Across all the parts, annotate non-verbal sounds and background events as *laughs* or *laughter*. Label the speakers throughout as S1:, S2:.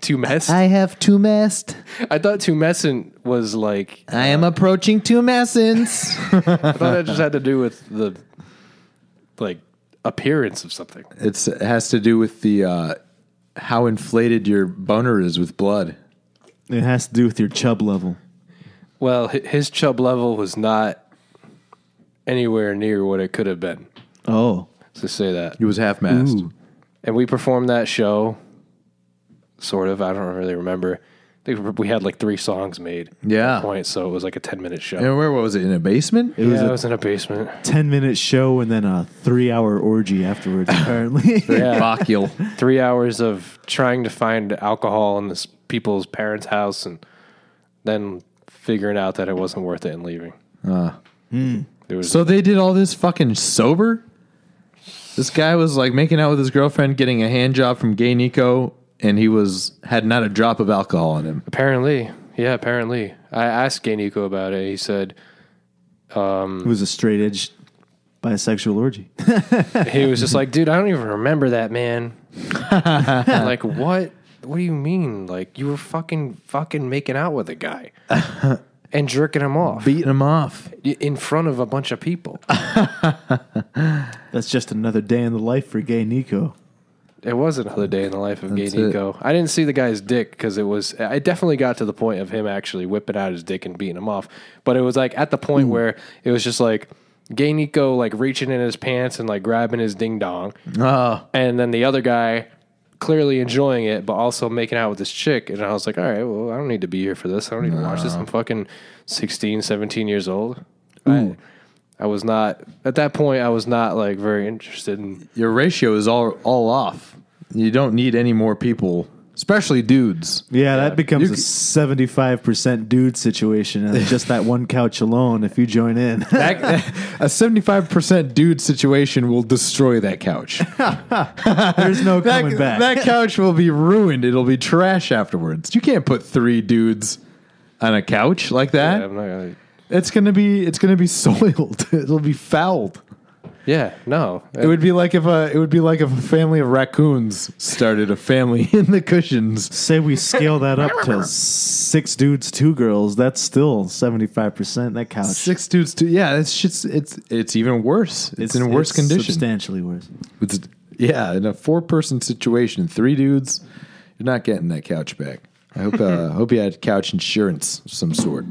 S1: Tumest? I,
S2: Mm-hmm. I have two messed.
S1: thought Tumescent was like
S2: I am approaching two messins.
S1: I thought that just had to do with the like appearance of something.
S3: It's, it has to do with the uh, how inflated your boner is with blood.
S4: It has to do with your chub level.
S1: Well, hi- his chub level was not anywhere near what it could have been.
S4: Oh,
S1: To say that,
S3: It was half mast.
S1: and we performed that show, sort of. I don't really remember. I think we had like three songs made. at that
S3: Yeah.
S1: point. So it was like a ten minute show.
S3: And where was it? In a basement?
S4: it was
S1: yeah,
S4: a
S1: it was in a basement.
S4: ten minute show and then a three hour orgy afterwards.
S3: *laughs*
S4: Apparently,
S1: Yeah. *laughs*
S3: Bacchial.
S1: three hours of trying to find alcohol in this people's parents' house and then figuring out that it wasn't worth it and leaving. There was
S3: So they did all this fucking sober? This guy was like making out with his girlfriend, getting a hand job from gay Nico, and he was had not a drop of alcohol in him.
S1: apparently, yeah, apparently. I asked Gay Nico about it. He said
S4: it was a straight edge bisexual orgy.
S1: he was just like, dude, I don't even remember that man. I'm like, what? What do you mean? Like you were fucking fucking making out with a guy and jerking him off
S3: Beating him off.
S1: in front of a bunch of people.
S4: That's just another day in the life for gay Nico.
S1: It was another day in the life of
S3: That's
S1: Gay
S3: it.
S1: Nico. I didn't see the guy's dick because it was. I definitely got to the point of him actually whipping out his dick and beating him off. But it was like at the point
S3: Mm.
S1: where it was just like Gay Nico like reaching in his pants and like grabbing his ding dong,
S3: Oh,
S1: and then the other guy clearly enjoying it but also making out with this chick. And I was like, all right, well, I don't need to be here for this. I don't need to watch this. I'm fucking 16, 17 years old. I, I was not at that point. I was not like very interested in.
S3: your ratio is all all off. You don't need any more people, especially dudes.
S4: Yeah, that becomes
S3: you
S4: a
S3: c-
S4: seventy-five percent dude situation,
S3: *laughs*
S4: and just that one couch alone. If you join in, *laughs*
S3: *laughs* a seventy-five percent dude situation will destroy that couch.
S4: there's no coming
S3: *laughs* that,
S4: back.
S3: that couch will be ruined. It'll be trash afterwards. You can't put three dudes on a couch like that.
S1: I'm not gonna.
S3: It's gonna be it's gonna be *laughs* soiled. It'll be fouled.
S1: Yeah, no.
S3: It would be like if a it would be like if a family of raccoons started a family *laughs* in the cushions.
S4: Say we scale that up to six dudes, two girls. That's still seventy-five percent. That couch.
S3: Six dudes to yeah, it's just it's it's even worse. It's, in worse condition.
S4: Substantially worse.
S3: It's, yeah, in a four person situation, three dudes, you're not getting that couch back. I hope uh, hope you had couch insurance of some sort.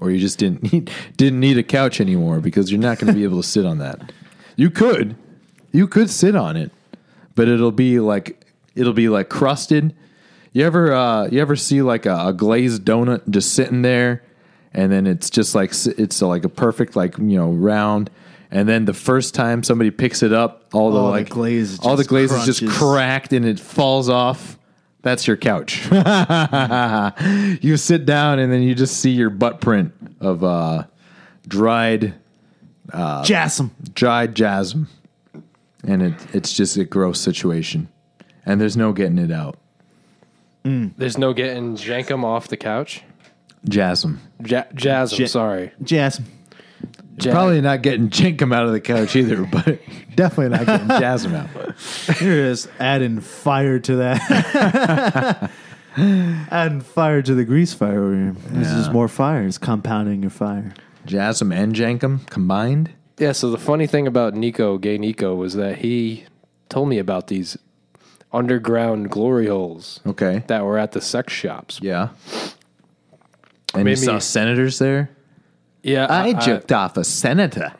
S3: Or you just didn't need didn't need a couch anymore because you're not gonna be able to sit on that. You could. You could sit on it, but it'll be like it'll be like crusted. You ever uh, you ever see like a, a glazed donut just sitting there, and then it's just like s- it's like a perfect like you know round, and then the first time somebody picks it up, all the
S4: All Oh, the
S3: like
S4: glaze is
S3: all the
S4: just
S3: glaze is just
S4: crunches.
S3: cracked and it falls off. That's your couch. *laughs* you sit down and then you just see your butt print of uh, dried
S4: Jasm.
S3: dried jasm, and it it's just a gross situation, and there's no getting it out.
S1: There's no getting Jankum off the couch.
S3: Jasm.
S1: Ja- Jazz, I'm
S4: Ja-
S1: sorry.
S4: Jasm.
S1: Ja-
S3: Probably not getting Jinkum out of the couch either,
S1: *laughs*
S3: but definitely not getting Jasmine out.
S4: *laughs* You're just adding fire to that.
S3: *laughs*
S4: adding fire to the grease fire over here. This is more fire. It's compounding your fire.
S3: Jasmine and Jankum combined.
S1: Yeah, so the funny thing about Nico, gay Nico, was that he told me about these underground glory holes
S3: Okay.
S1: that were at the sex shops.
S3: yeah. And
S1: Maybe-
S3: you saw senators there.
S1: Yeah,
S3: I, jerked off a senator.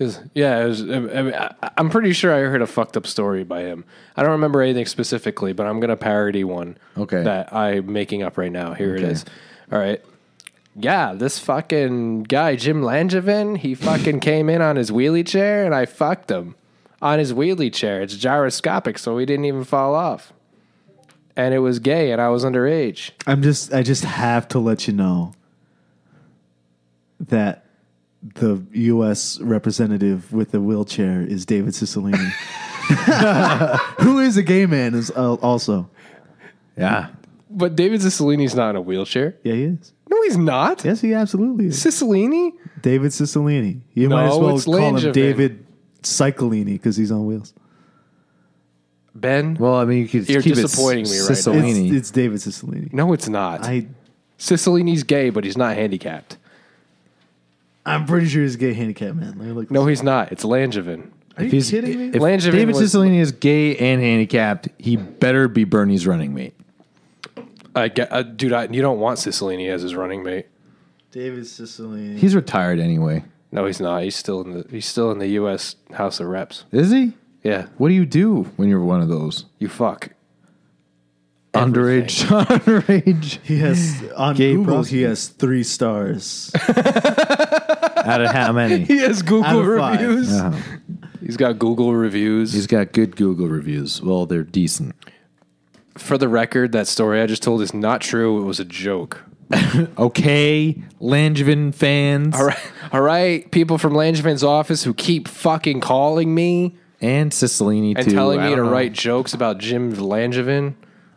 S1: it was- yeah, it was, I mean, I, I'm pretty sure I heard a fucked up story by him. I don't remember anything specifically, but I'm gonna parody one.
S3: Okay.
S1: That I'm making up right now. Here it is. All right. Yeah, this fucking guy Jim Langevin, he fucking came in on his wheelie chair, and I fucked him on his wheelie chair. It's gyroscopic, so he didn't even fall off. And it was gay, and I was underage.
S4: I'm just I just have to let you know that the US representative with the wheelchair is David Cicilline. *laughs* Who is a gay man is uh, also.
S3: Yeah.
S1: But David Cicilline's not in a wheelchair.
S4: Yeah, he is.
S1: No, he's not.
S4: Yes, he absolutely is.
S1: Cicilline?
S4: David Cicilline. You might as
S1: No,
S4: well
S1: it's
S4: call him
S1: Langevin.
S4: David Cyclini because he's on wheels.
S1: Ben?
S3: Well, I mean, you could
S1: You're
S3: keep
S1: disappointing
S3: it
S1: me right now.
S3: Cicilline.
S4: It's, it's David Cicilline.
S1: no, it's not.
S4: I
S1: Cicilline's gay, but he's not handicapped.
S4: I'm pretty sure he's a gay handicapped man. Let me look.
S1: No, he's not. It's Langevin.
S4: are you
S3: if he's,
S4: kidding me?
S3: If
S1: Langevin
S3: David
S1: was-
S3: Cicilline is gay and handicapped, he better be Bernie's running mate.
S1: I get, uh, dude, I, you don't want Cicilline as his running mate.
S4: David Cicilline.
S3: He's retired anyway.
S1: No, he's not. He's still in the he's still in the U.S. House of Reps.
S3: Is he?
S1: Yeah,
S3: What do you do when you're one of those?
S1: you fuck. *laughs*
S3: Underage. *laughs* Underage.
S4: he has on
S3: Gay
S4: Google.
S3: prostitute.
S4: He has three
S1: *laughs*
S4: stars.
S3: Out of how many?
S1: He has
S4: Out
S1: Google
S4: of five.
S1: reviews.
S3: Uh-huh.
S1: He's got Google reviews.
S3: *laughs* He's got good Google reviews. Well, they're decent.
S1: For the record, that story I just told is not true. It was a joke. *laughs*
S3: Okay, Langevin fans
S1: All right, all right, people from Langevin's office who keep fucking calling me
S3: and Cicilline
S1: and
S3: too.
S1: telling
S3: I
S1: me to
S3: don't know.
S1: write jokes about Jim Langevin,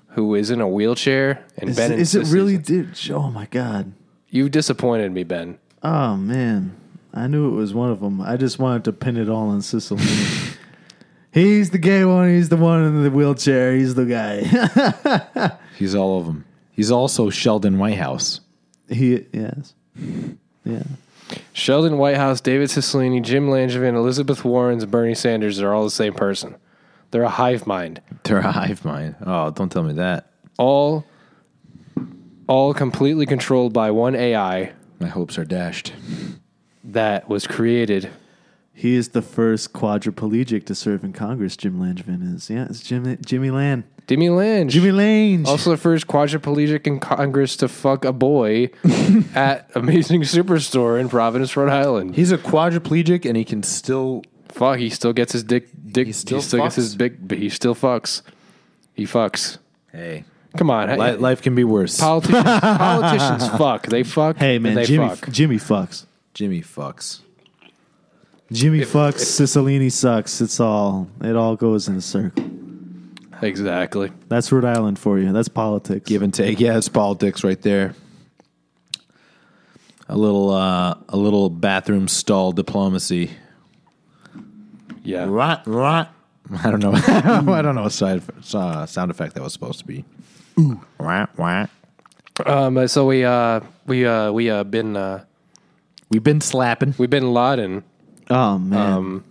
S1: who is in a wheelchair. And
S4: Is,
S1: Ben,
S4: it- is it
S1: insists
S4: really,
S1: he's-
S4: dude? Oh my god.
S1: You disappointed me, Ben.
S4: Oh man, I knew it was one of them. I just wanted to pin it all on
S1: *laughs*
S4: Sicily. he's the gay one. He's the one in the wheelchair. He's the guy. *laughs*
S3: He's all of them. He's also Sheldon Whitehouse.
S4: he yes, yeah.
S1: Sheldon Whitehouse, David Cicilline, Jim Langevin, Elizabeth Warren, and Bernie Sanders are all the same person. They're a hive mind.
S3: They're a hive mind. Oh, don't tell me that.
S1: All, all completely controlled by one AI
S3: My hopes are dashed.
S1: that was created.
S4: He is the first quadriplegic to serve in Congress. Jim Langevin is. Yeah, it's Jim, Jimmy Land.
S1: Demi Lange.
S4: Jimmy Lange.
S1: Also, the first quadriplegic in Congress to fuck a *laughs* boy at Amazing Superstore in Providence, Rhode Island.
S3: He's a quadriplegic and he can still.
S1: Fuck, he still gets his dick. dick he
S3: still
S1: still, gets
S3: fucks.
S1: his big. But he still fucks. He fucks.
S3: Hey,
S1: Come on,
S3: li- life can be worse.
S1: politicians.
S4: *laughs*
S1: politicians fuck. They fuck.
S4: hey
S1: and
S4: man,
S1: they
S4: Jimmy
S1: fuck.
S4: Jimmy fucks.
S3: Jimmy fucks.
S4: Jimmy fucks. Cicilline sucks. It's all. It all goes in a circle.
S1: Exactly.
S4: That's Rhode Island for you. That's politics.
S3: Give and take. Yeah, it's politics right there. A little, uh, a little bathroom stall diplomacy.
S1: Yeah.
S3: Rot, rot. *laughs* I don't know. I don't know what side, uh, sound effect that was supposed to be. Ooh. Rot, rot.
S1: Um. So we uh we uh we uh been uh
S3: We've been slapping.
S1: we've been lauding.
S4: Oh man.
S1: Um.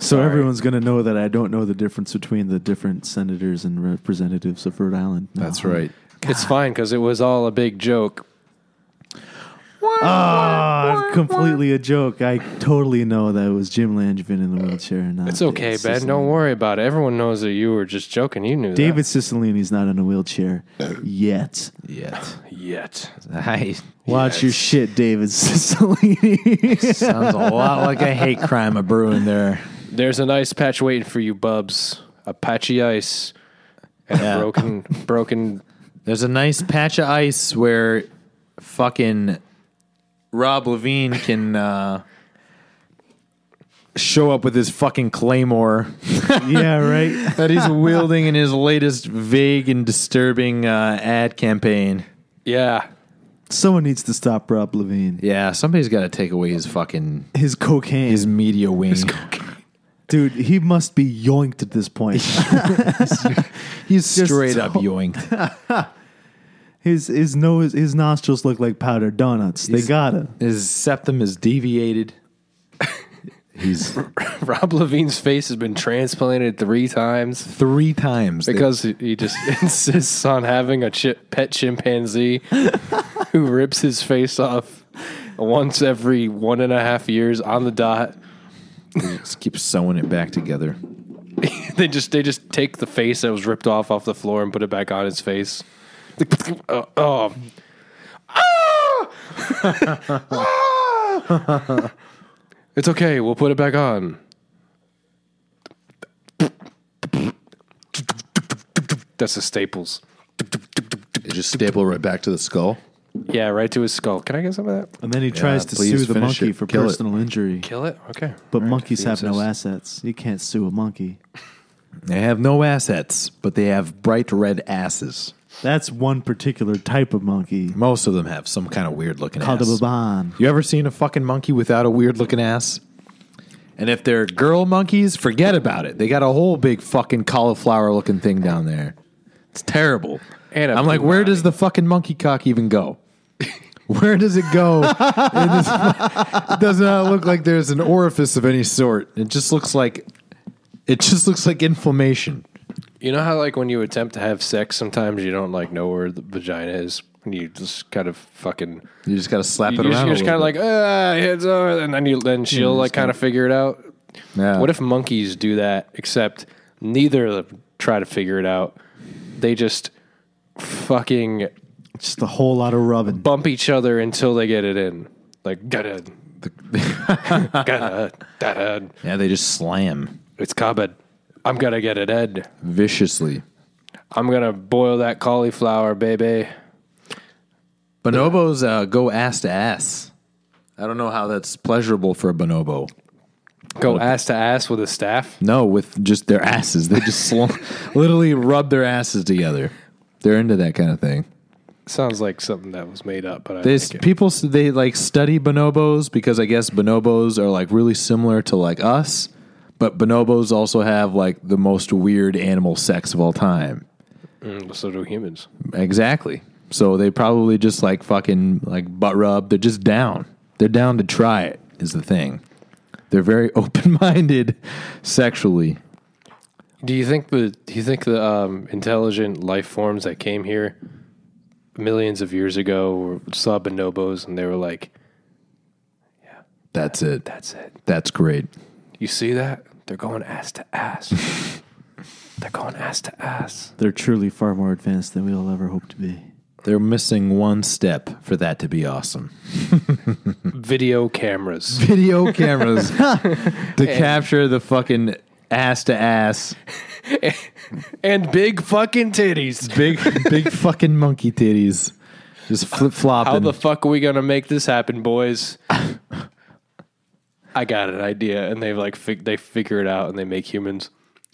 S4: So
S1: Sorry.
S4: everyone's going to know that I don't know the difference between the different senators and representatives of Rhode Island. No.
S3: That's right.
S1: It's fine because it was all a big joke.
S4: Ah, it's completely a joke. I totally know that it was Jim Langevin in the wheelchair. And not
S1: It's okay,
S4: David
S1: Ben.
S4: Cicilline.
S1: Don't worry about it. Everyone knows that you were just joking. You knew
S4: David Cicilline's not in a wheelchair yet.
S3: Yet.
S1: that. Yet.
S3: I,
S4: Watch your shit, David
S1: *laughs*
S4: Cicilline.
S3: sounds a lot like a hate crime a brewing there.
S1: There's an ice patch waiting for you, Bubs. A patchy ice and
S3: Yeah.
S1: a broken, broken.
S3: There's a nice patch of ice where fucking Rob Levine can uh, show up with his fucking claymore
S4: yeah, right.
S3: that he's wielding in his latest vague and disturbing uh, ad campaign.
S1: Yeah, *laughs*
S4: Someone needs to stop Rob Levine.
S3: Yeah, somebody's got to take away his fucking
S4: His cocaine,
S3: his media wing.
S4: dude. He must be yoinked at this
S1: *laughs*
S4: point. *laughs*
S3: He's
S4: Just
S3: *laughs* straight up
S4: so-
S3: yoinked.
S4: his his nose, his nostrils look like powdered donuts. They
S3: He's-
S4: gotta.
S3: His septum is deviated. He's
S1: Rob Levine's face has been transplanted three times
S3: three times they-
S1: because he- he just *laughs* insists on having a chi- pet chimpanzee who rips his face off once every one and a half years on the dot. *laughs*
S3: Just keep sewing it back together.
S1: they just they just take the face that was ripped off off the floor and put it back on his face. Like, oh, oh. Ah! *laughs* Ah! it's okay. We'll put it back on. That's the staples.
S3: It just staple right back to the skull.
S1: Yeah, right to his skull. Can I get some of that?
S4: And then he tries to
S3: please
S4: sue the
S3: finish
S4: monkey
S3: it.
S4: for
S3: Kill it.
S4: personal injury.
S1: Kill it. Okay.
S4: But monkeys have no assets. You can't sue a monkey.
S3: They have no assets, but they have bright red asses.
S4: That's one particular type of monkey
S3: Most of them have some kind of weird looking
S4: called
S3: ass.
S4: a baban.
S3: You ever seen a fucking monkey without a weird looking ass? And if they're girl monkeys, forget about it. They got a whole big fucking cauliflower looking thing down there. It's terrible.
S1: And a
S3: I'm like, where
S1: punani.
S3: does the fucking monkey cock even go? *laughs* Where does it go? in this- it does not look like there's an orifice of any sort. It just looks like it just looks like inflammation.
S1: You know how like when you attempt to have sex, sometimes you don't like know where the vagina is, and you just kind of fucking.
S3: You just gotta slap
S1: You
S3: it
S1: just,
S3: around.
S1: you're
S3: a
S1: just kind
S3: little Mm,
S1: of like, ah, it's over, and then you then she'll like kind of figure it out.
S3: bit. Yeah.
S1: What if monkeys do that? Except neither of them try to figure it out. They just fucking
S4: Just a whole lot of rubbing.
S1: bump each other until they get it in. Like, got it,
S3: *laughs*
S1: got it.
S3: Yeah, they just slam
S1: It's coming. I'm gonna get it, Ed.
S3: viciously.
S1: I'm gonna boil that cauliflower, baby.
S3: Bonobos uh, go ass to ass. I don't know how that's pleasurable for a bonobo.
S1: Go ass to ass with a staff.
S3: No, with just their asses. They just sl- *laughs* literally rub their asses together. They're into that kind of thing.
S1: Sounds like something that was made up, but I
S3: They,
S1: like it.
S3: people s- they like study bonobos because I guess bonobos are like really similar to like us, but bonobos also have like the most weird animal sex of all time.
S1: Mm, so do humans.
S3: Exactly. So they probably just like fucking like butt rub. They're just down. They're down to try it is the thing. They're very *laughs* open minded sexually.
S1: Do you think the do you think the um, intelligent life forms that came here millions of years ago were saw bonobos and they were like,
S3: That's it.
S1: "That's it.
S3: That's great.
S1: You see that? They're going ass to ass. *laughs* They're going ass to ass."
S4: They're truly far more advanced than we all ever hope to be.
S3: They're missing one step for that to be awesome. *laughs*
S1: Video cameras. *laughs*
S3: Video cameras to capture the fucking ass to ass
S1: and big fucking titties.
S3: big *laughs* big fucking monkey titties just flip
S1: How
S3: flopping.
S1: the fuck are we gonna make this happen, boys? I got an idea, and they like fig- they figure it out, and they make humans.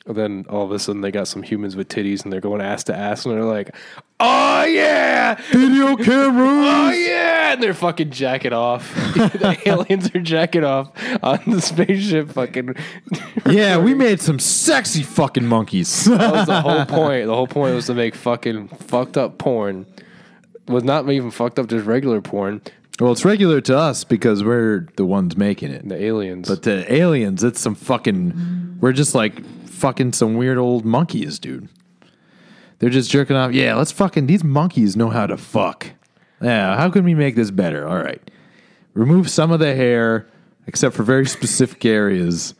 S1: And then all of a sudden, they got some humans with titties, and they're going ass to ass, and they're like, "Oh yeah,
S3: video
S1: oh *laughs*
S3: cameras.
S1: yeah!" And they're fucking jacking off. *laughs* the aliens are jacking off on the spaceship. Fucking
S3: yeah, we made some sexy fucking monkeys. *laughs*
S1: that was the whole point. The whole point was to make fucking fucked up porn. Was not even fucked up, just regular porn.
S3: Well, it's regular to us because we're the ones making it.
S1: The aliens.
S3: But to aliens, it's some fucking. We're just like fucking some weird old monkeys, dude. They're just jerking off. Yeah, let's fucking. These monkeys know how to fuck. Yeah, how can we make this better? All right. Remove some of the hair, except for very *laughs* specific areas.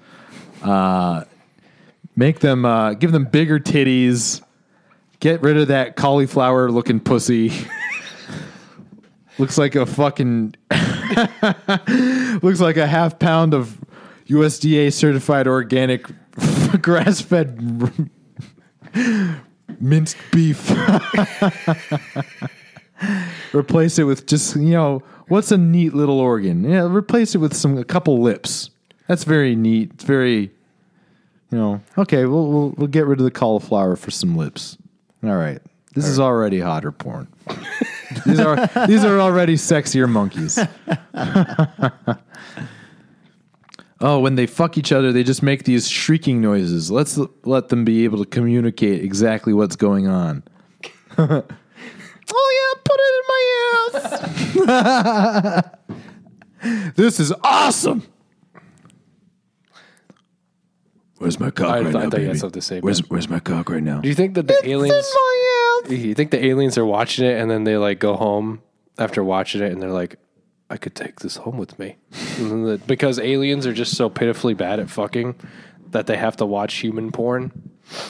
S3: Uh, make them. Uh, give them bigger titties. Get rid of that cauliflower looking pussy. *laughs* Looks like a fucking looks like a half pound of USDA certified organic *laughs* grass fed *laughs* minced beef. *laughs* replace it with just, you know, what's a neat little organ? Yeah, replace it with some a couple lips. That's very neat. It's very you know, okay, we'll we'll, we'll get rid of the cauliflower for some lips. All right. This is already hotter porn. these are these are already sexier monkeys. *laughs* Oh, when they fuck each other, they just make these shrieking noises. Let's l- let them be able to communicate exactly what's going on. *laughs* oh yeah, put it in my ass. *laughs* this is awesome. Where's my cock
S1: I-
S3: right
S1: I
S3: now,
S1: thought you had
S3: baby?
S1: something to say,
S3: where's Where's my cock right now?
S1: Do you think that the aliens? You think the aliens are watching it and then they like go home after watching it and they're like, I could take this home with me, And then the- because aliens are just so pitifully bad at fucking that they have to watch human porn.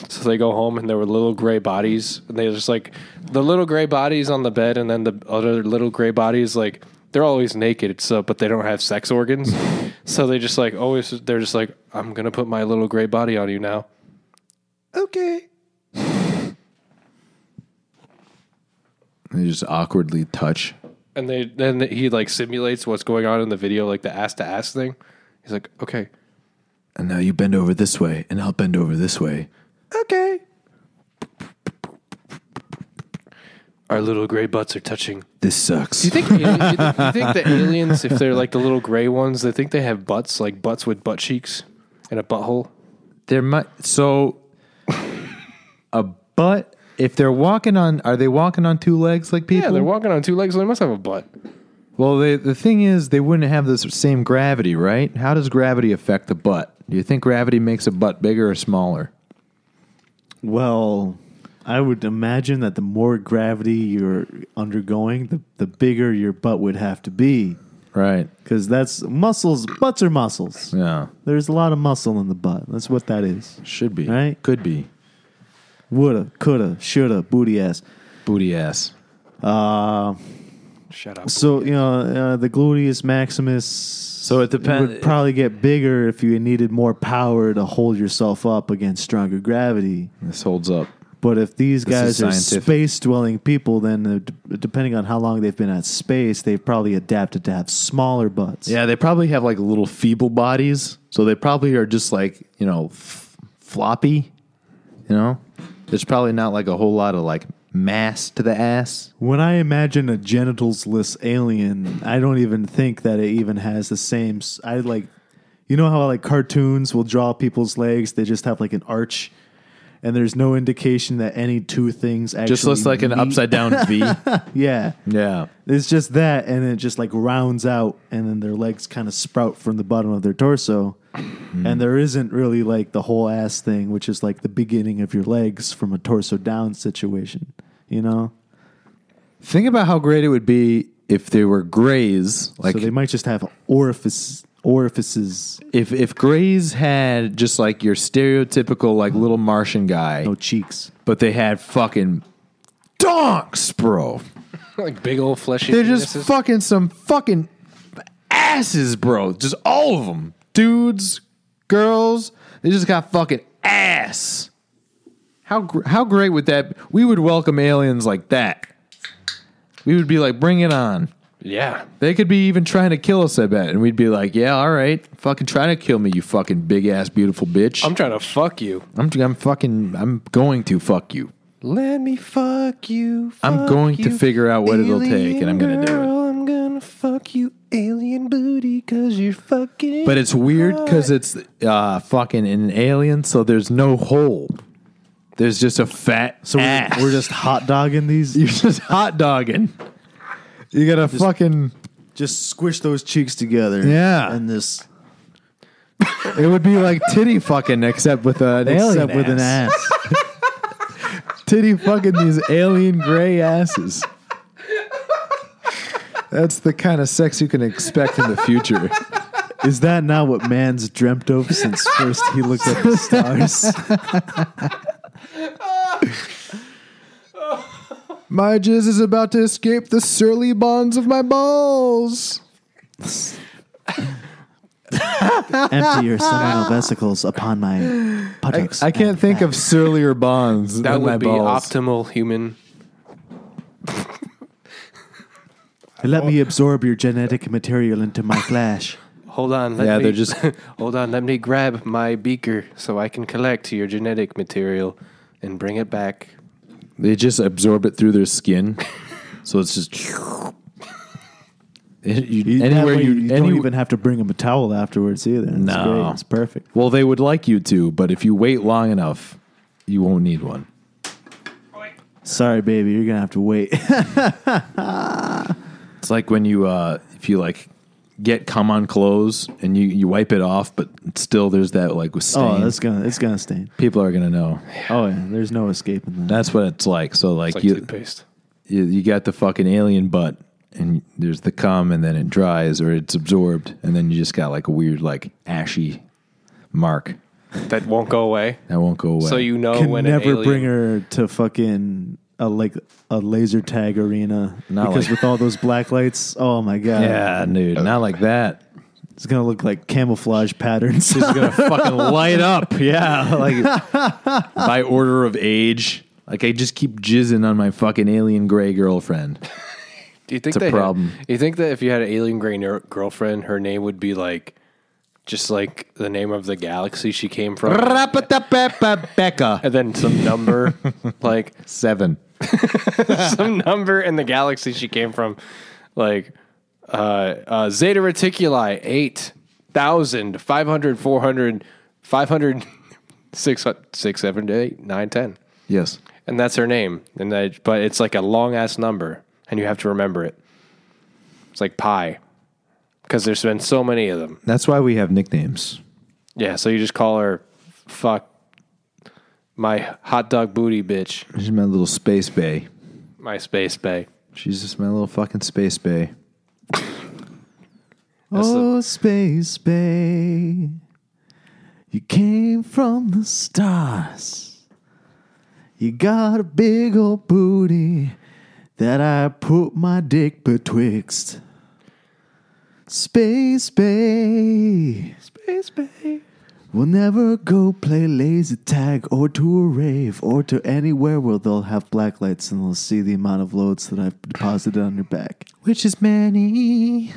S1: So they go home and there were little gray bodies and they just like the little gray bodies on the bed and then the other little gray bodies like they're always naked so but they don't have sex organs. *laughs* so they just like always they're just like I'm going to put my little gray body on you now.
S3: okay. They just awkwardly touch.
S1: and they then he like simulates what's going on in the video, like the ass to ass thing. He's like, okay,
S3: And now you bend over this way, and I'll bend over this way.
S1: okay. Our little gray butts are touching.
S3: This sucks.
S1: Do you think, ali- do you think, do you think the aliens, if they're like the little gray ones, they think they have butts, like butts with butt cheeks and a butthole?
S3: There might so a butt. If they're walking on, are they walking on two legs like people?
S1: Yeah, they're walking on two legs, so they must have a butt.
S3: well, they, the thing is, they wouldn't have the same gravity, right? How does gravity affect the butt? Do you think gravity makes a butt bigger or smaller?
S4: Well, I would imagine that the more gravity you're undergoing, the, the bigger your butt would have to be.
S3: Right.
S4: Because that's muscles. Butts are muscles.
S3: Yeah.
S4: There's a lot of muscle in the butt. That's what that is.
S3: Should be.
S4: Right.
S3: Could be.
S4: Woulda, coulda, shoulda, booty ass.
S3: Booty ass.
S4: Uh,
S1: Shut up.
S4: so, you know, uh, the gluteus maximus. So
S3: it depend-
S4: would probably get bigger if you needed more power to hold yourself up against stronger gravity.
S3: This holds up.
S4: But if these
S3: This is
S4: guys are
S3: scientific.
S4: space dwelling people, then uh, d- depending on how long they've been at space, they've probably adapted to have smaller butts.
S3: Yeah, they probably have like little feeble bodies, so they probably are just like you know f- floppy. You know, there's probably not like a whole lot of like mass to the ass.
S4: When I imagine a genitalsless alien, I don't even think that it even has the same. s- I like, you know how like cartoons will draw people's legs; they just have like an arch, and there's no indication that any two things actually
S3: just looks like an
S4: meet.
S3: upside down *laughs* V.
S4: Yeah,
S3: yeah.
S4: it's just that, and it just like rounds out, and then their legs kind of sprout from the bottom of their torso,
S3: Hmm.
S4: and there isn't really like the whole ass thing, which is like the beginning of your legs from a torso down situation. You know,
S3: Think about how great it would be if they were grays. Like
S4: so they might just have orifice orifices,
S3: if if grays had just like your stereotypical like little Martian guy,
S4: no cheeks.
S3: but they had fucking donks, bro.
S1: *laughs* like big old fleshy.
S3: They're just
S1: penises.
S3: fucking some fucking asses, bro. Just all of them, dudes, girls. They just got fucking ass. How gr- how great would that? Be? We would welcome aliens like that. We would be like, bring it on.
S1: Yeah.
S3: They could be even trying to kill us, I bet. And we'd be like, yeah, all right. Fucking try to kill me, you fucking big ass beautiful bitch.
S1: I'm trying to fuck you.
S3: I'm, I'm fucking, I'm going to fuck you.
S1: Let me fuck you.
S3: I'm going to figure out what it'll take and I'm going to do it.
S1: I'm gonna fuck you, alien booty, cause you're fucking.
S3: But it's weird because it's uh, fucking an alien, so there's no hole. There's just a fat
S4: So we're,
S3: ass.
S4: we're just hot dogging these.
S3: *laughs* you're just hot dogging. You got to fucking.
S4: Just squish those cheeks together.
S3: Yeah.
S4: and this
S3: It would be like titty fucking, except with an alien.
S4: except with an ass.
S3: titty fucking these alien gray asses. That's the kind of sex you can expect in the future.
S4: *laughs* Is that not what man's dreamt of since first he looked at the stars?
S3: My jizz is about to escape the surly bonds of my balls.
S4: *laughs* Empty your *laughs* seminal vesicles upon my
S3: I,
S4: buttocks.
S3: I can't think of surlier bonds
S1: that
S3: than my
S1: would be
S3: balls.
S1: optimal human.
S4: And Let me absorb your genetic material into my flesh.
S1: Hold on. Let
S3: Yeah,
S1: me,
S3: they're just-
S1: *laughs* hold on. Let me grab my beaker so I can collect your genetic material and bring it back.
S3: they just absorb it through their
S1: *laughs*
S3: skin, so it's just *laughs* It- you-
S4: You- that
S3: anywhere
S4: way
S3: you,
S4: you
S3: any-
S4: don't even have to bring him a towel afterwards either. It's
S3: No.
S4: great. It's perfect.
S3: Well, they would like you to, but if you wait long enough, you won't need one.
S4: Sorry, baby, you're gonna have to wait. *laughs*
S3: It's like when you uh if you like get cum on clothes and you you wipe it off, but still there's that like with
S4: oh,
S3: stain.
S4: that's gonna it's gonna stain.
S3: People are gonna know.
S4: Oh yeah, there's no escaping that.
S3: That's what it's like. So like,
S1: It's like
S3: you,
S1: toothpaste.
S3: you you got the fucking alien butt, and there's the cum, and then it dries or it's absorbed, and then you just got like a weird like ashy mark
S1: That won't go away.
S3: that won't go away.
S1: So you know
S4: Can
S1: when an
S4: never
S1: alien-
S4: bring her to fucking a like a laser tag arena
S3: Not
S4: because
S3: like-
S4: with all those black lights, oh my god,
S3: yeah, dude, not like that.
S4: it's gonna look like camouflage patterns. *laughs*
S3: It's gonna fucking light up. Yeah, like by order of age. Like I just keep jizzing on my fucking alien gray girlfriend.
S1: Do you think
S3: It's a
S1: they
S3: problem.
S1: do you think that if you had an alien gray ner- girlfriend, her name would be like, just like the name of the galaxy
S3: *laughs*
S1: she came from,
S3: Becca
S1: and then some number like
S3: seven.
S1: *laughs* some number in the galaxy she came from, like uh, uh, Zeta Reticuli 8,000, 500, 400, *laughs* 500, 600, 6, 7, 8, 9, 10.
S3: Yes.
S1: And that's her name. And I, But it's like a long ass number, and you have to remember it. It's like pi, because there's been so many of them.
S3: That's why we have nicknames.
S1: Yeah, so you just call her fuck my hot dog booty bitch,
S3: She's my little space bay.
S1: my space bay.
S3: She's just my little fucking space bay.
S4: Oh, Space Bay, you came from the stars. You got a big old booty that I put my dick betwixt. Space Bay,
S1: Space bay.
S4: we'll never go play laser tag or to a rave or to anywhere where they'll have black lights and they'll see the amount of loads that I've deposited on your back.
S2: Which is many.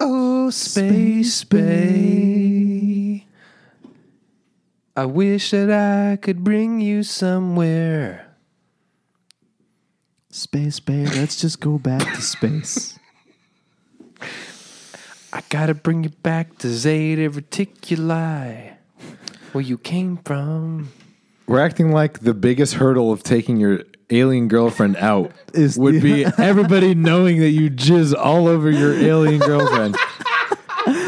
S1: Oh, space bay. I wish that I could bring you somewhere.
S4: Space Bay, let's just go back to space.
S1: I gotta bring you back to Zeta Reticuli, where you came from.
S3: We're acting like the biggest hurdle of taking your alien girlfriend out
S4: Is
S3: would
S4: the-
S3: be everybody knowing that you jizz all over your alien girlfriend.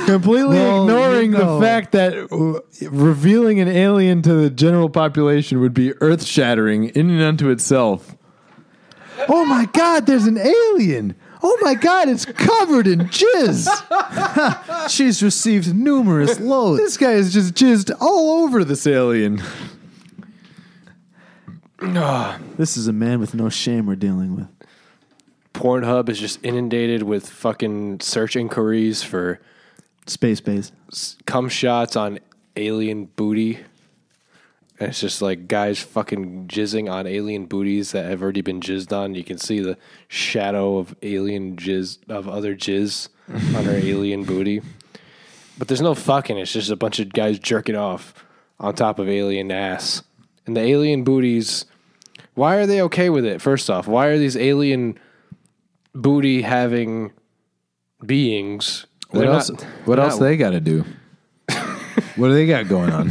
S3: Completely
S4: Well,
S3: ignoring
S4: you know.
S3: the fact that uh, revealing an alien to the general population would be earth shattering in and unto itself. Oh my god, there's an alien! Oh my god, it's covered in jizz! *laughs*
S4: She's received numerous loads.
S3: This guy is just jizzed all over this alien.
S4: This is a man with no shame we're dealing with.
S1: Pornhub is just inundated with fucking search inquiries for
S4: Space base.
S1: s- cum shots on alien booty. And it's just like guys fucking jizzing on alien booties that have already been jizzed on. You can see the shadow of alien jizz of other
S3: *laughs*
S1: jizz on her alien booty. But there's no fucking. It's just a bunch of guys jerking off on top of alien ass. And the alien booties, why are they okay with it? First off, why are these alien booty having beings?
S3: What
S1: They're
S3: else?
S1: not-
S3: what
S1: they're
S3: else
S1: not-
S3: they got to *laughs* do? what do they got going on?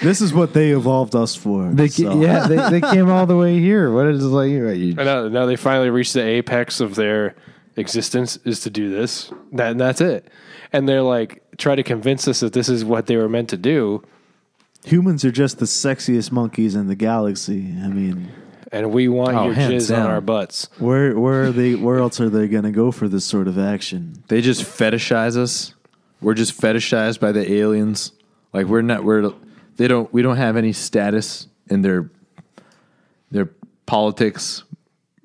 S4: This is what they evolved us for.
S3: They ca-
S4: so.
S3: yeah, they, they came all the way here. What is it like? you- you-
S1: And now, now they finally reach the apex of their existence is to do this. That, and that's it. And they're like, try to convince us that this is what they were meant to do.
S4: Humans are just the sexiest monkeys in the galaxy. I mean,
S1: And we want
S3: Oh,
S1: your
S3: hands
S1: jizz on
S3: down.
S1: our butts.
S4: where where are they where else are they gonna go for this sort of action?
S3: They just fetishize us. We're just fetishized by the aliens. Like we're not. We're they don't. We don't have any status in their their politics,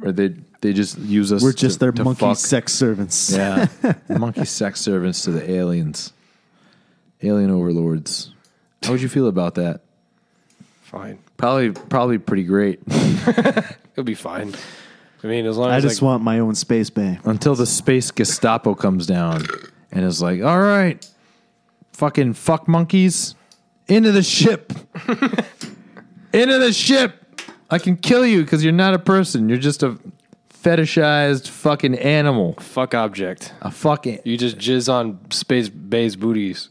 S3: or they they just use us.
S4: We're just
S3: to-
S4: their
S3: to
S4: monkey
S3: fuck.
S4: sex servants. *laughs*
S3: Yeah, monkey sex servants to the aliens, alien overlords. How would you feel about that?
S1: Fine.
S3: Probably, probably pretty great.
S1: It'll be fine. I mean, as long
S4: I
S1: as
S4: just
S1: like,
S4: want my own space bay.
S3: until the space Gestapo comes down and is like, "All right, fucking fuck monkeys, into the ship, *laughs* into the ship. I can kill you because you're not a person. You're just a fetishized fucking animal.
S1: fuck object.
S3: A fucking
S1: You just jizz on Space Bay's booties.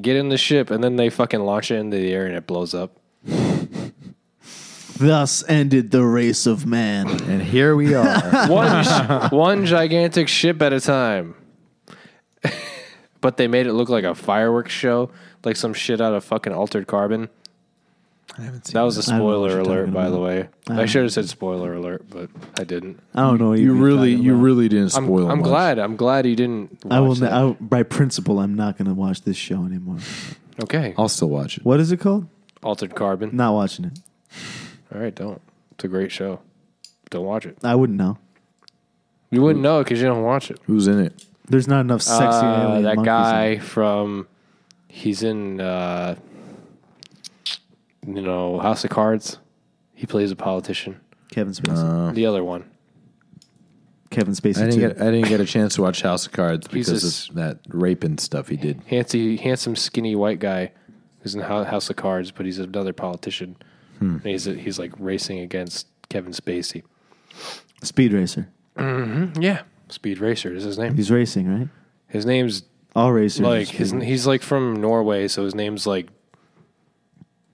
S1: Get in the ship, and then they fucking launch it into the air and it blows up.
S4: Thus ended the race of man.
S3: and here
S4: *laughs*
S3: we are.
S1: One, sh- one gigantic ship at a time. *laughs* but they made it look like a fireworks show, like some shit out of fucking Altered Carbon.
S3: I haven't seen
S1: That was a
S4: I don't know what
S1: spoiler
S4: you're
S1: alert,
S4: talking
S1: by the
S4: about.
S1: way. I should have said spoiler alert, but I didn't.
S4: I don't know. What
S3: you
S4: you're
S3: really,
S4: talking
S3: you
S4: about.
S3: really didn't
S1: I'm,
S3: spoil.
S1: I'm
S3: much.
S1: glad. I'm glad you didn't. Watch
S4: I will.
S1: that.
S4: I, by principle, I'm not going to watch this show anymore.
S1: okay.
S3: I'll still watch it.
S4: What is it called?
S1: Altered Carbon.
S4: Not watching it.
S1: All right, don't. It's a great show. Don't watch it.
S4: I wouldn't know.
S1: You wouldn't know because you don't watch it.
S3: Who's in it?
S4: There's not enough sexy
S1: Uh,
S4: alien
S1: that
S4: monkeys
S1: guy
S4: in-
S1: from he's in uh you know House of Cards. He plays a politician.
S4: Kevin Spacey.
S3: Uh,
S1: The other one.
S4: Kevin Spacey.
S3: I didn't
S4: too.
S3: get. I didn't get a chance to watch House of Cards
S1: He's
S3: because
S1: just-
S3: of that rape and stuff he did.
S1: Handsy, handsome skinny white guy who's in Hou- House of Cards, but he's another politician.
S4: Hmm.
S1: And he's he's like racing against Kevin Spacey.
S4: Speed racer.
S1: Yeah, Speed Racer is his name.
S4: He's racing, right?
S1: His name's
S4: All racers.
S1: like his, he's like from Norway, so his name's like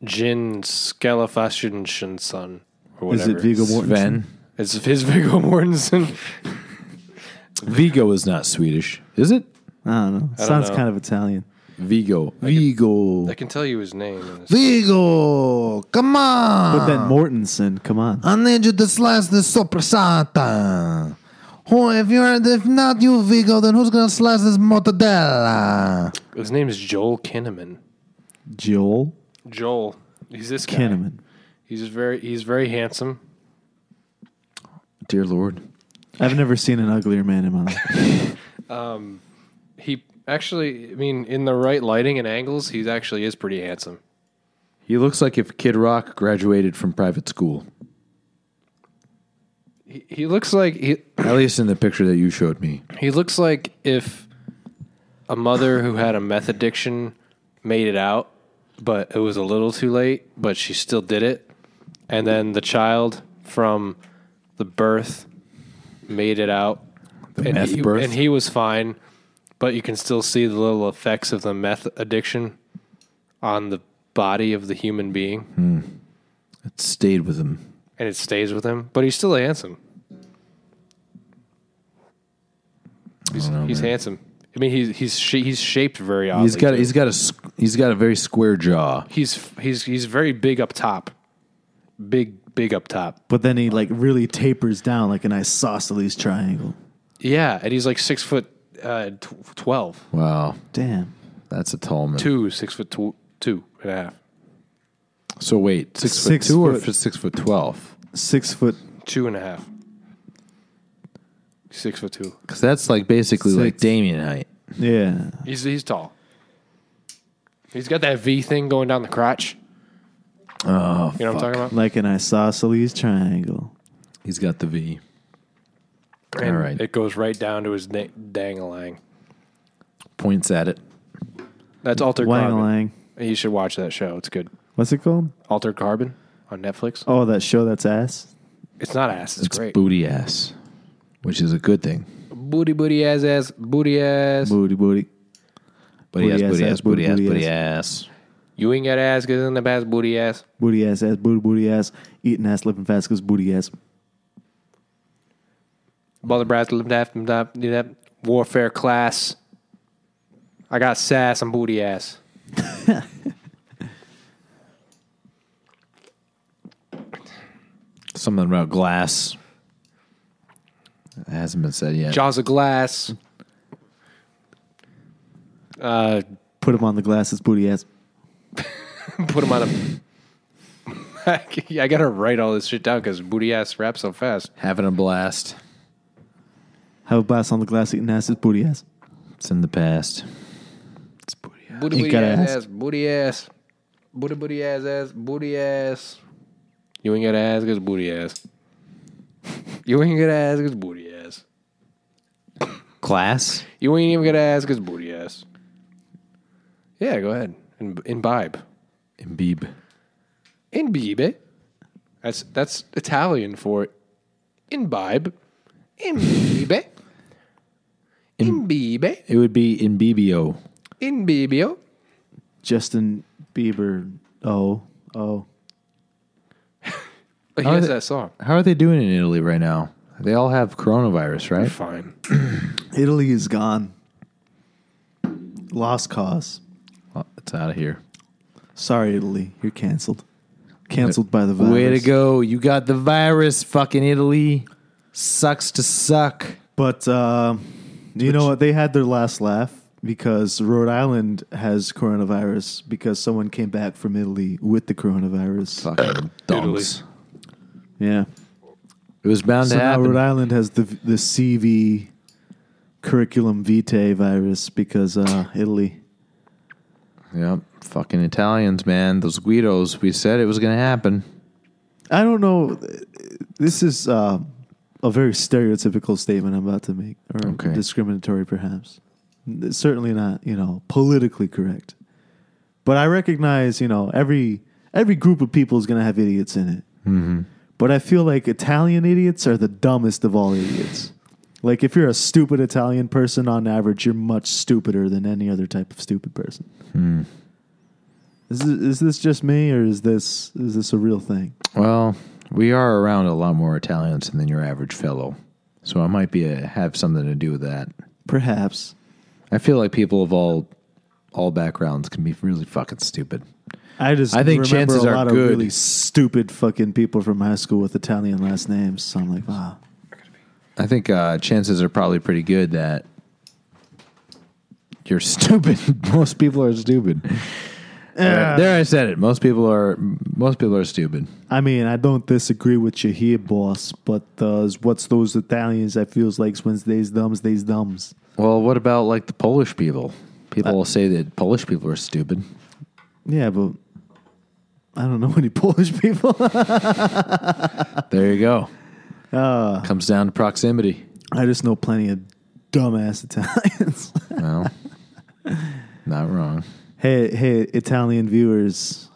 S1: Jin Skellefashinsson or
S4: is
S1: whatever.
S4: it Viggo Mortensen?
S3: Sven.
S1: It's his *laughs* Viggo Mortensen.
S3: Vigo is not Swedish, is it?
S4: I don't know. Sounds
S1: know.
S4: kind of Italian.
S3: Vigo. Vigo.
S1: I can tell you his name. in this-
S3: Vigo. Come on.
S4: But then Mortensen, come on.
S3: I need you to slice the soppressata. Who, if you're if not you, Vigo, then who's gonna slice this mortadella?
S1: His name is Joel Kinnaman.
S4: Joel
S1: Joel. He's this guy.
S4: Kinnaman.
S1: He's very he's very handsome.
S3: Dear Lord,
S4: I've never seen an uglier man in my
S1: *laughs*
S4: life.
S1: He actually I mean in the right lighting and angles, he actually is pretty handsome.
S3: he looks like if Kid Rock graduated from private school.
S1: He, he looks like he
S3: At least in the picture that you showed me.
S1: he looks like if a mother who had a meth addiction made it out, but it was a little too late, but she still did it. And then the child from the birth made it out. and
S3: meth
S1: he,
S3: birth?
S1: And he was fine, but you can still see the little effects of the meth addiction on the body of the human being.
S3: It stayed with him.
S1: And it stays with him, but he's still handsome. He's, he's handsome. I mean, he's he's sh- he's shaped very oddly.
S3: He's got
S1: too.
S3: he's got a squ- he's got a very square jaw.
S1: he's he's he's very big up top, big big up top.
S4: but then he like really tapers down like an isosceles triangle.
S1: Yeah, and he's like six foot uh, tw- twelve,
S3: Wow,
S4: Damn.
S3: that's a tall man.
S1: two six foot tw- two and a half,
S3: So wait, six,
S4: Six
S3: foot two or
S4: foot-
S3: f- six foot twelve?
S4: Six foot
S1: two and a half, six foot two.
S3: Because that's like basically like
S4: Six.
S3: Damien height.
S4: yeah.
S1: He's he's tall. He's got that V thing going down the crotch. Oh, you know what I'm talking about.
S4: Like an isosceles triangle.
S3: He's got the V.
S1: And
S3: All right.
S1: It goes right down to his na- dangalang.
S3: Points at it.
S1: That's Altered Carbon.
S4: Wang-a-lang.
S1: You should watch that show. It's good.
S4: What's it called?
S1: Altered Carbon on Netflix.
S4: Oh, that show that's ass.
S1: It's not ass. It's,
S3: It's
S1: great.
S3: booty ass, which is a good thing.
S1: booty, booty, ass, ass, booty, ass.
S4: Booty booty.
S3: Booty,
S4: Booty
S3: ass, booty ass, booty ass, booty ass.
S1: You ain't got ass because in the past, booty ass.
S4: Booty ass ass booty booty ass. Eating ass, living fast cause booty ass.
S1: Mother brats, lift that, lift that, do that. Warfare class. I got sass. I'm booty ass.
S3: Something about glass. It hasn't been said yet.
S1: Jaws of glass. Uh,
S4: Put him on the glasses, booty ass.
S1: put him on a. *laughs* I gotta write all this shit down because booty ass raps so fast.
S3: Having a blast.
S4: Have a blast on the glass, eating ass is booty ass.
S3: It's in the past. It's booty ass.
S1: Booty
S4: You
S1: booty
S4: gotta
S1: ass,
S4: ask.
S1: ass booty ass booty booty ass ass booty ass. You ain't gotta ask it's booty ass. *laughs* You ain't gotta ask it's booty ass.
S3: Class.
S1: You ain't even gotta ask it's booty ass. Yeah, go ahead. In- imbibe.
S3: Imbibe.
S1: Imbibe. That's that's Italian for imbibe. Imbibe. Imbibe.
S3: It would be imbibio.
S1: Imbibio.
S4: Justin Bieber. Oh, oh.
S1: He
S3: Oh,
S1: has
S3: they-
S1: that song.
S3: How are they doing in Italy right now? They all have coronavirus, right?
S1: Fine.
S4: Italy is gone. Lost cause.
S3: Well, it's out of here.
S4: Sorry, Italy. You're canceled. Canceled by the virus.
S3: Way to go. You got the virus, fucking Italy. Sucks to suck.
S4: But uh, do you know what? They had their last laugh because Rhode Island has coronavirus because someone came back from Italy with the coronavirus.
S3: Fucking donks.
S4: Yeah.
S3: It was bound
S4: So
S3: to
S4: now
S3: happen.
S4: Rhode Island has the the CV curriculum vitae virus because uh, Italy.
S3: Yep. Fucking Italians, man. Those Guidos. We said it was going to happen.
S4: I don't know. This is uh, a very stereotypical statement I'm about to make, or
S3: Okay.
S4: discriminatory, perhaps. It's certainly not, you know, politically correct. But I recognize, you know, every every group of people is going to have idiots in it. But I feel like Italian idiots are the dumbest of all idiots. Like if you're a stupid Italian person on average, you're much stupider than any other type of stupid person. Is this, is this just me or is this is this a real thing?
S3: Well, we are around a lot more Italians than your average fellow, so I might be a, have something to do with that.
S4: Perhaps.
S3: I feel like people of all all backgrounds can be really fucking stupid.
S4: I just
S3: I think
S4: remember
S3: chances
S4: a
S3: are
S4: lot of
S3: good.
S4: really stupid fucking people from high school with Italian last names. So I'm like, wow.
S3: I think uh, chances are probably pretty good that you're *laughs* stupid. most people are stupid. There- there, I said it. Most people are most people are stupid.
S4: I mean, I don't disagree with you here, boss, but uh, what's those Italians that feels like Wednesday's dumbs, they's dumbs?
S3: Well, what about like the Polish people? People will say that Polish people are stupid.
S4: Yeah, but I don't know *laughs* any Polish people. *laughs*
S3: There you go. Comes down to proximity.
S4: I just know plenty of dumbass Italians. *laughs*
S3: Well, not wrong.
S4: hey, hey, Italian viewers,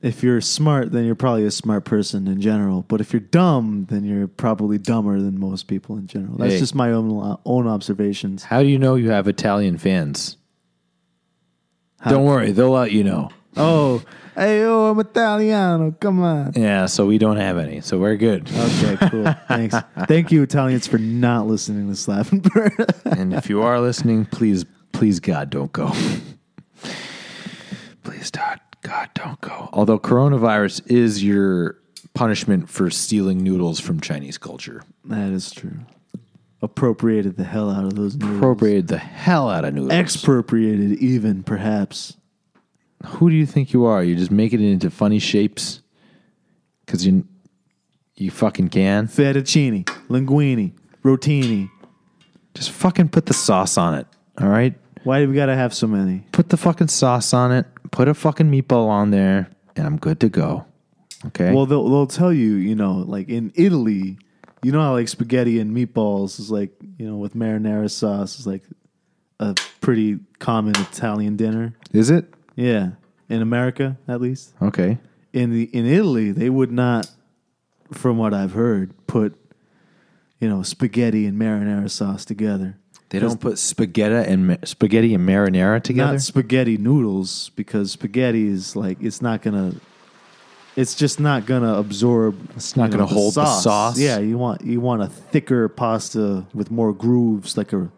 S4: if you're smart, then you're probably a smart person in general. But if you're dumb, then you're probably dumber than most people in general. That's
S3: Hey.
S4: just my own uh, own
S3: *laughs*
S4: observations.
S3: How do you know you have Italian fans? Don't worry, they'll let you know.
S4: Oh, hey, oh, I'm Italiano. Come on.
S3: Yeah, so we don't have any, so we're good.
S4: Okay, cool. Thanks. Thank you, Italians, for not listening to Slap and Burn. *laughs*
S3: and if you are listening, please, please, God, don't go. please, God, God, don't go. Although coronavirus is your punishment for stealing noodles from Chinese culture.
S4: that is true. Appropriated the hell out of those noodles.
S3: Appropriated the hell out of noodles.
S4: Expropriated, even perhaps.
S3: Who do you think you are? You just making it into funny shapes because you you fucking can.
S4: Fettuccine, linguine, rotini.
S3: Just fucking put the sauce on it. All right,
S4: Why do we gotta have so many?
S3: put the fucking sauce on it. Put a fucking meatball on there, and I'm good to go. Okay.
S4: Well, they'll, they'll tell you, you know, like in Italy, you know how like spaghetti and meatballs is like, you know, with marinara sauce is like a pretty common Italian dinner.
S3: is it
S4: Yeah. In America, at least.
S3: okay?
S4: in the in Italy, they would not, from what I've heard, put you know spaghetti and marinara sauce together.
S3: They don't put spaghetti and ma- spaghetti and marinara together.
S4: Not spaghetti noodles because spaghetti is like it's not gonna. It's just not gonna absorb.
S3: It's not
S4: you know,
S3: gonna hold the sauce.
S4: Yeah, you want you want a thicker pasta with more grooves, like a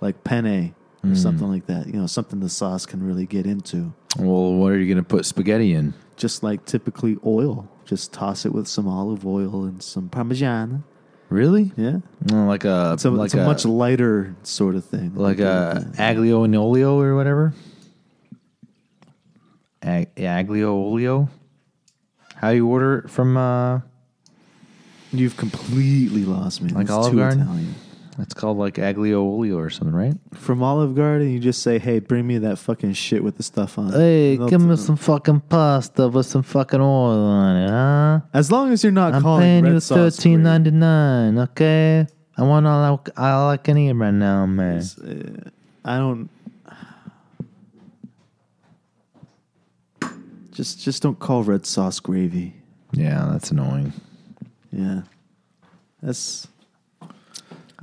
S4: like penne or
S3: Hmm.
S4: something like that. You know, something the sauce can really get into.
S3: well, what are you going to put spaghetti in?
S4: Just like typically oil, just toss it with some olive oil and some parmesan.
S3: Really?
S4: Yeah.
S3: Mm, Like a
S4: It's a,
S3: like
S4: it's a, much lighter sort of thing.
S3: like a aglio and olio or whatever. Ag- aglio olio. How you order it from? uh
S4: You've completely lost me.
S3: Like
S4: It's
S3: Olive
S4: too
S3: Garden?
S4: Italian.
S3: It's called like aglio olio or something, right?
S4: From Olive Garden, you just say, "Hey, bring me that fucking shit with the stuff on." it." And they'll-
S3: some fucking pasta with some fucking oil on it, huh?
S4: As long as you're not calling red sauce weird,
S3: nine. Okay, I want all I, all I can eat right now, man.
S4: I don't. Just, just don't call red sauce gravy.
S3: Yeah, that's annoying.
S4: Yeah. That's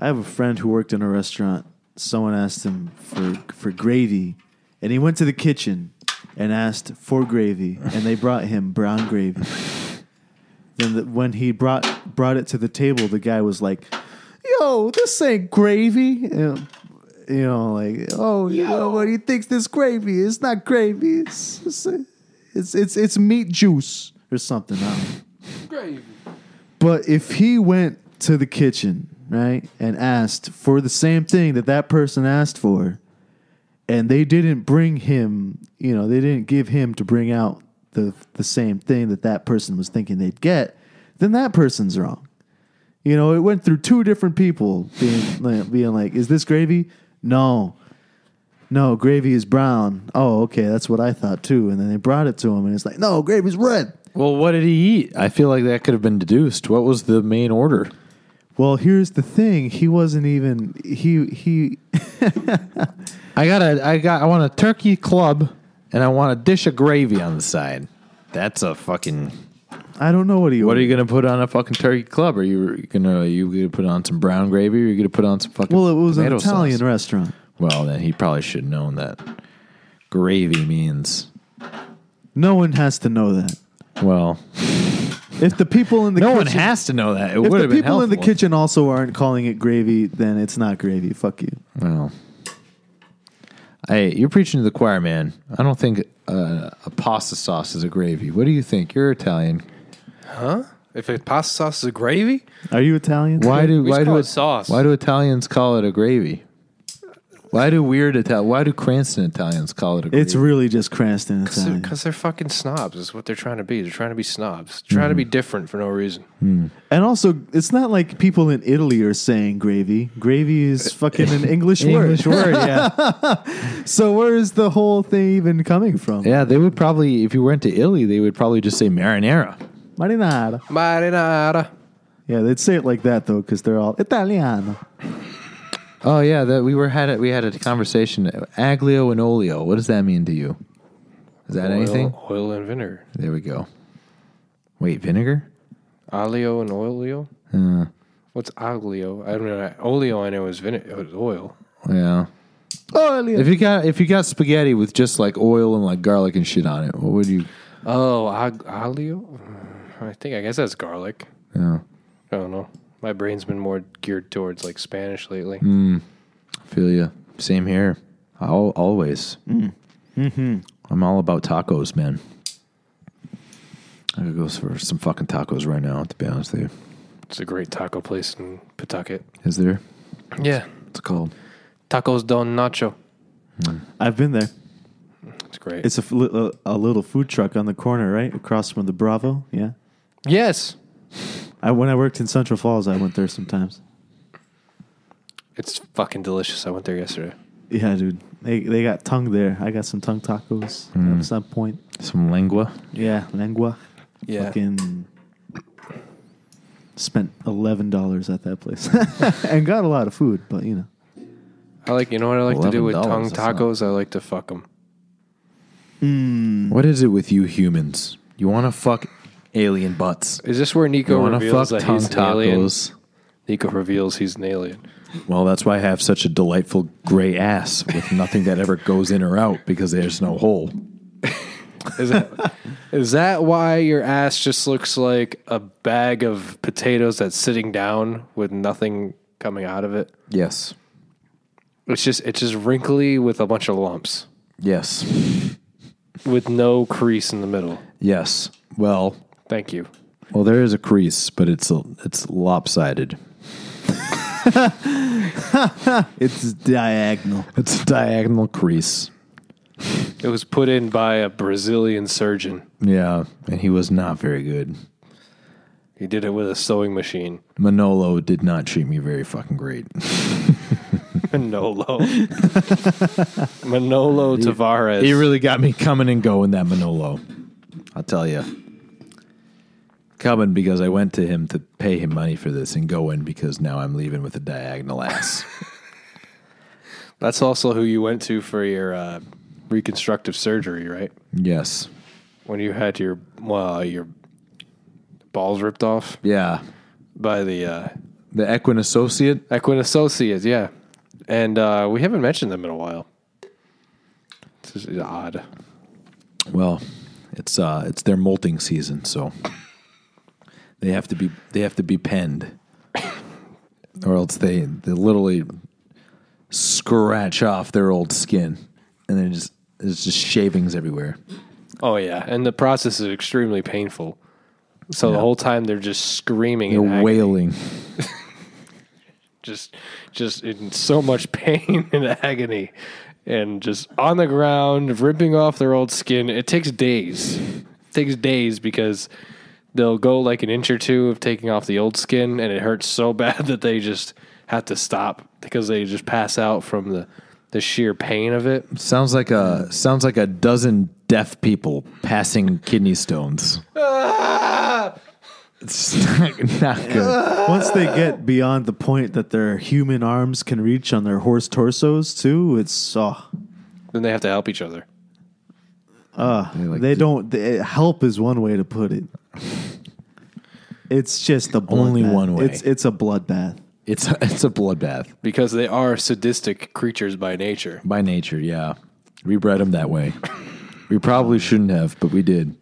S4: I have a friend who worked in a restaurant. Someone asked him for for gravy, and he went to the kitchen and asked for gravy, and they brought him brown gravy. then the, when he brought brought it to the table, the guy was like, "Yo, this ain't gravy." And, you know, like, oh, you know, what he thinks this gravy? It's not gravy. It's it's it's, it's, it's meat juice or something. I don't know. But if he went to the kitchen, right, and asked for the same thing that that person asked for, and they didn't bring him, you know, they didn't give him to bring out the the same thing that that person was thinking they'd get, then that person's wrong. You know, it went through two different people being like, being like, "Is this gravy?" No. No, gravy is brown. Oh, okay, that's what I thought too. And then they brought it to him, and it's like, no, gravy's red.
S3: Well, what did he eat? I feel like that could have been deduced. What was the main order?
S4: Well, here's the thing. He wasn't even he he
S3: I got a I got I want a turkey club, and I want a dish of gravy on the side. That's a fucking.
S4: I don't know what he.
S3: What are you gonna put on a fucking turkey club? Are you gonna are you gonna put on some brown gravy? Or are you gonna put on some fucking?
S4: Well, it was an
S3: tomato
S4: Italian
S3: sauce?
S4: restaurant.
S3: Well, then he probably should have known that gravy means
S4: No one has to know that.
S3: well.
S4: If the people in the
S3: *laughs* No
S4: kitchen,
S3: one has to know that. It
S4: if
S3: would
S4: the
S3: have been
S4: people in the
S3: helpful.
S4: kitchen also aren't calling it gravy, then it's not gravy. Fuck you.
S3: Well, hey, you're preaching to the choir, man. I don't think uh, a pasta sauce is a gravy. What do you think? You're Italian.
S1: If a pasta sauce is a gravy,
S4: Are you Italian?
S3: Why do
S1: We
S3: why
S1: just call
S3: do
S1: it sauce.
S3: Why do Italians call it a gravy? Why do weird Ital? Why do Cranston Italians call it a gravy?
S4: It's really just Cranston Italian.
S1: because they're fucking snobs. Is what they're trying to be. They're trying to be snobs. Trying to be
S3: Hmm.
S1: different for no reason.
S4: And also, it's not like people in Italy are saying gravy. Gravy is fucking
S3: *laughs*
S4: an English word.
S3: Uh,
S4: *laughs*
S3: English word, yeah,
S4: So where is the whole thing even coming from?
S3: *laughs* yeah. They would probably, if you went to Italy, they would probably just say marinara.
S4: Marinara.
S1: Marinara.
S4: Yeah, they'd say it like that though, because they're all Italiano.
S3: Oh yeah, that we were had a, we had a conversation. Aglio and olio. What does that mean to you? Is that anything?
S1: Oil, oil and vinegar.
S3: There we go. Wait, vinegar?
S1: Olio and olio.
S3: Hmm.
S1: What's aglio? I don't know. Olio I know is vinegar. It was oil.
S3: Yeah.
S4: Olio.
S3: If you got if you got spaghetti with just like oil and like garlic and shit on it, what would you?
S1: Oh, ag- olio. I think. I guess that's garlic.
S3: Yeah.
S1: I don't know. My brain's been more geared towards like Spanish lately.
S3: Hmm. Feel you. Same here. I'll, always. Mm.
S4: Mm-hmm.
S3: hmm I'm all about tacos, man. I could go for some fucking tacos right now. To be honest with you,
S1: It's a great taco place in Pawtucket.
S3: is there?
S1: Yeah,
S3: It's called.
S1: tacos don nacho.
S3: Hmm.
S4: I've been there.
S1: It's great.
S4: It's a, f- li- a- a little food truck on the corner, right across from the Bravo. Yeah.
S1: yes,
S4: I when I worked in Central Falls, I went there sometimes.
S1: it's fucking delicious. I went there yesterday.
S4: Yeah, dude. They they got tongue there. I got some tongue tacos at some point.
S3: Some lingua.
S4: Yeah, lengua.
S1: Yeah.
S4: Fucking spent eleven dollars at that place *laughs* and got a lot of food, but you know.
S1: I like. You know what I like to do with
S3: $11,
S1: tongue
S3: that's not-
S1: tacos? I like to fuck them.
S3: What is it with you humans? You want to fuck alien butts?
S1: Is this where Nico
S3: You want to fuck
S1: reveals that
S3: tongue
S1: he's an alien?
S3: tacos?
S1: Nico reveals he's an alien.
S3: Well, that's why I have such a delightful gray ass with nothing that ever goes in or out because there's no hole.
S1: Is
S3: *laughs*
S1: that is that why your ass just looks like a bag of potatoes that's sitting down with nothing coming out of it?
S3: Yes.
S1: It's just it's just wrinkly with a bunch of lumps
S3: Yes.
S1: with no crease in the middle.
S3: Yes. Well,
S1: Thank you.
S3: well, there is a crease, but it's a, it's lopsided.
S4: It's diagonal.
S3: It's a diagonal crease.
S1: It was put in by a Brazilian surgeon.
S3: Yeah, and he was not very good.
S1: He did it with a sewing machine.
S3: Manolo did not treat me very fucking great.
S1: Manolo. *laughs* Manolo Tavares.
S3: He really got me coming and going that Manolo. I'll tell you. Coming because I went to him to pay him money for this, and going because now I'm leaving with a diagonal ass.
S1: That's also who you went to for your uh, reconstructive surgery, right?
S3: *laughs* yes.
S1: When you had your well, your balls ripped off
S3: Yeah.
S1: by the uh,
S3: The Equin Associate.
S1: Equin Associates, yeah. And uh, we haven't mentioned them in a while. This is odd.
S3: Well, it's uh, it's their molting season, so they have to be they have to be penned, or else they they literally scratch off their old skin, and then just there's just shavings everywhere.
S1: Oh yeah, and the process is extremely painful. So the whole time they're just screaming
S3: They're
S1: and agony,
S3: wailing.
S1: just just in so much pain and agony, and just on the ground ripping off their old skin. It takes days. It takes days because they'll go like an inch or two of taking off the old skin, and it hurts so *laughs* bad that they just have to stop because they just pass out from the the sheer pain of it.
S3: Sounds like a sounds like a dozen deaf people passing kidney stones. It's *laughs* not, not good.
S4: Once they get beyond the point that their human arms can reach on their horse torsos too, it's oh,
S1: Then they have to help each other.
S4: Uh, they
S3: like to-
S4: don't. They, help is one way to put it. It's just a bloodbath.
S3: Only one way.
S4: It's it's a bloodbath.
S3: It's a, it's a bloodbath
S1: because they are sadistic creatures by nature.
S3: by nature. Yeah, we bred them that way. We probably shouldn't have, but we did.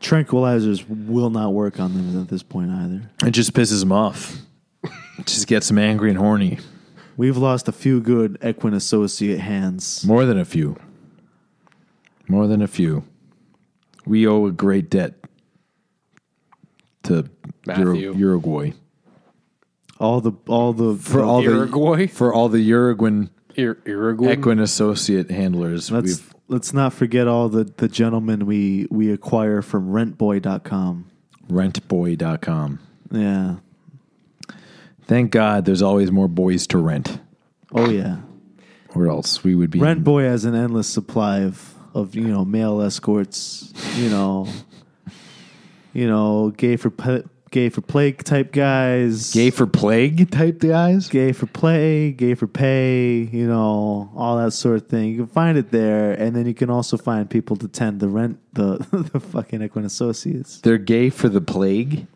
S4: Tranquilizers will not work on them at this point either.
S3: It just pisses them off. It just gets them angry and horny.
S4: We've lost a few good Equin associate hands.
S3: More than a few. More than a few. We owe a great debt to Ur-
S1: Matthew.
S3: Uruguay
S4: All the all the
S3: for all
S1: Uruguay?
S3: the for all the Uruguayan
S1: Ir- Uruguay.
S3: equine associate handlers.
S4: let's
S3: We've
S4: let's not forget all the the gentlemen we we acquire from rentboy.com.
S3: rentboy.com.
S4: Yeah.
S3: Thank God, there's always more boys to rent,
S4: Oh yeah.
S3: or else we would be
S4: Rent boy has an endless supply of of you know male escorts, you know, you know gay for pe- gay for plague type guys,
S3: gay for plague type guys.
S4: gay for play, gay for pay, you know, all that sort of thing. You can find it there, and then you can also find people to tend the rent the *laughs* the fucking Equin Associates.
S3: They're gay for the plague.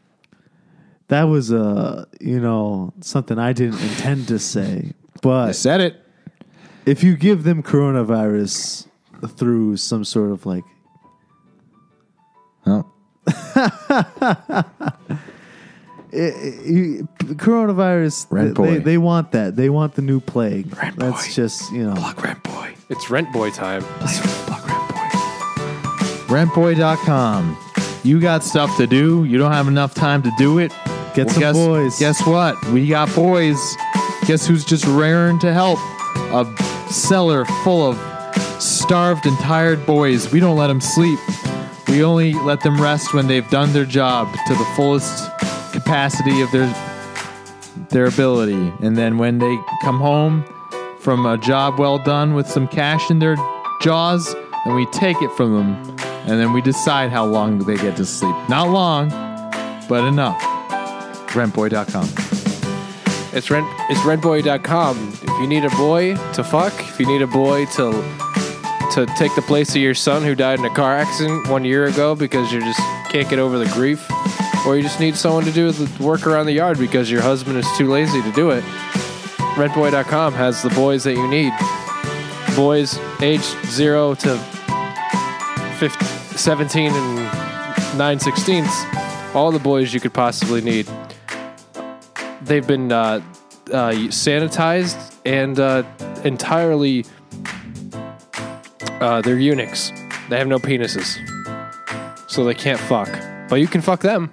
S4: That was uh, you know something I didn't intend to say,
S3: I
S4: but
S3: said it.
S4: if you give them coronavirus through some sort of like *laughs*
S3: Oh,
S4: Eh, you, coronavirus.
S3: Rent
S4: they,
S3: boy.
S4: they want that. They want the new plague.
S3: Rent
S4: That's
S3: boy.
S4: just you know.
S3: rent boy.
S1: It's rent boy time.
S3: Rentboy.com. You got stuff to do. You don't have enough time to do it.
S4: Get some
S3: guess,
S4: boys.
S3: Guess what? We got boys. Guess who's just raring to help? A cellar full of starved and tired boys. We don't let them sleep. We only let them rest when they've done their job to the fullest capacity of their their ability. And then when they come home from a job well done with some cash in their jaws, and we take it from them, and then we decide how long they get to sleep. Not long, but enough. Rentboy.com.
S1: It's rent. It's rentboy.com. If you need a boy to fuck, if you need a boy to to take the place of your son who died in a car accident one year ago because you just can't get over the grief, or you just need someone to do the work around the yard because your husband is too lazy to do it. Rentboy.com has the boys that you need. Boys aged zero to 15, 17 and nine sixteenths. All the boys you could possibly need they've been uh, uh, sanitized and uh, entirely uh, they're eunuchs. They have no penises, so they can't fuck. But you can fuck them.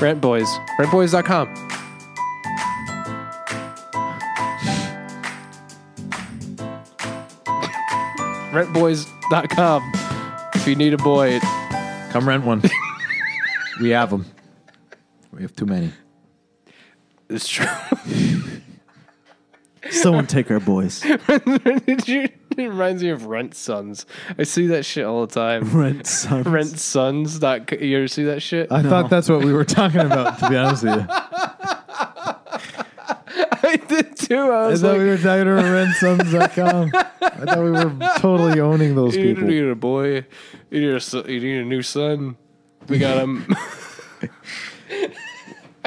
S1: Rent boys, rentboys.com. Rentboys.com. If you need a boy,
S3: Come rent *laughs* one. we have them. We have too many.
S1: it's true. *laughs*
S4: Someone take our
S3: *laughs*
S4: boys.
S1: Did you? It reminds me of Rent Sons. I see that shit all the time.
S4: *laughs* Rent sons.
S1: Rentsons. dot co- You ever see that shit?
S3: I thought that's what we were talking about, to be honest *laughs* with you.
S1: *laughs* I did too. I
S3: I
S1: was
S3: thought
S1: like,
S3: we were talking about rentsums.com. I thought we were totally owning those
S1: you
S3: people.
S1: need a boy. You need a, son- you need a new son. We got *laughs* him.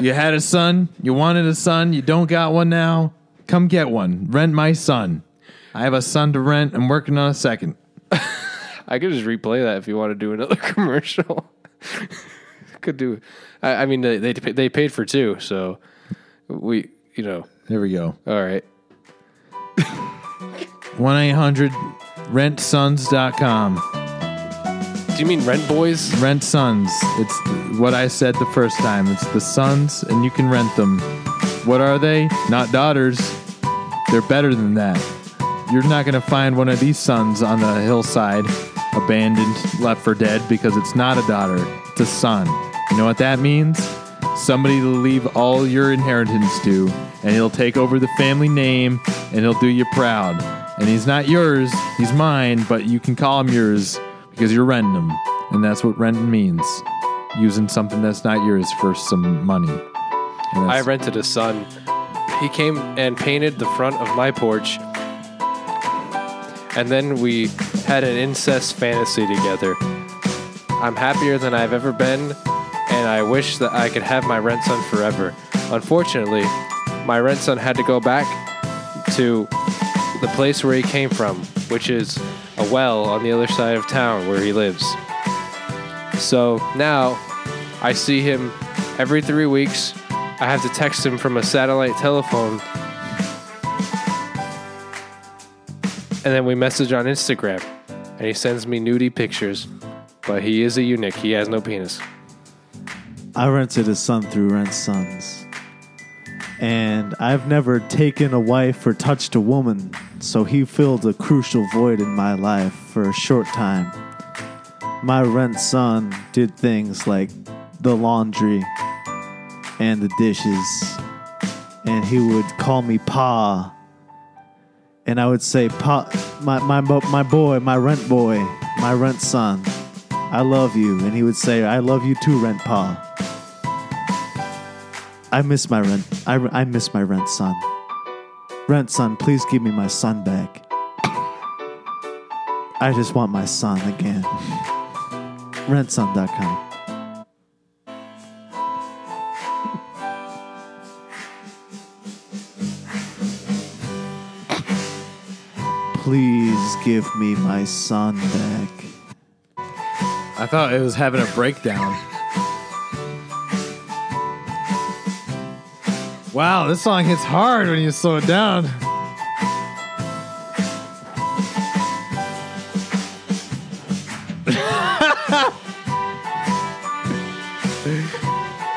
S3: You had a son. You wanted a son. You don't got one now. Come get one. Rent my son. I have a son to rent. I'm working on a second.
S1: I could just replay that if you want to do another *laughs* commercial. could do. I, I mean, they, they they paid for two, so we you know.
S3: There we go.
S1: All right.
S3: 1 800 rentsons.com.
S1: Do you mean Rent Boys?
S3: Rent sons. It's what I said the first time. It's the sons, and you can rent them. What are they? Not daughters. They're better than that. You're not going to find one of these sons on the hillside, abandoned, left for dead, because it's not a daughter. It's a son. You know what that means? Somebody to leave all your inheritance to, and he'll take over the family name, and he'll do you proud. And he's not yours, he's mine, but you can call him yours because you're renting him. And that's what renting means using something that's not yours for some money. And
S1: I
S3: that's-
S1: rented a son. He came and painted the front of my porch. and then we had an incest fantasy together. I'm happier than I've ever been, and I wish that I could have my rent son forever. Unfortunately, my rent son had to go back to the place where he came from, which is a well on the other side of town where he lives. So now I see him every three weeks. I have to text him from a satellite telephone. And then we message on Instagram. And he sends me nudie pictures. But he is a eunuch. He has no penis.
S4: I rented a son through Rent Sons. And I've never taken a wife or touched a woman, so he filled a crucial void in my life for a short time. My rent son did things like the laundry and the dishes, and he would call me Pa. And I would say, Pa, my, my, bo- my boy, my rent boy, my rent son, I love you. And he would say, I love you too, rent Pa. I miss my rent. I, I miss my rent son. Rent son, please give me my son back. I just want my son again. Rentson.com. Please give me my son back.
S5: I thought it was having a breakdown. Wow, this song hits hard when you slow it down. *laughs*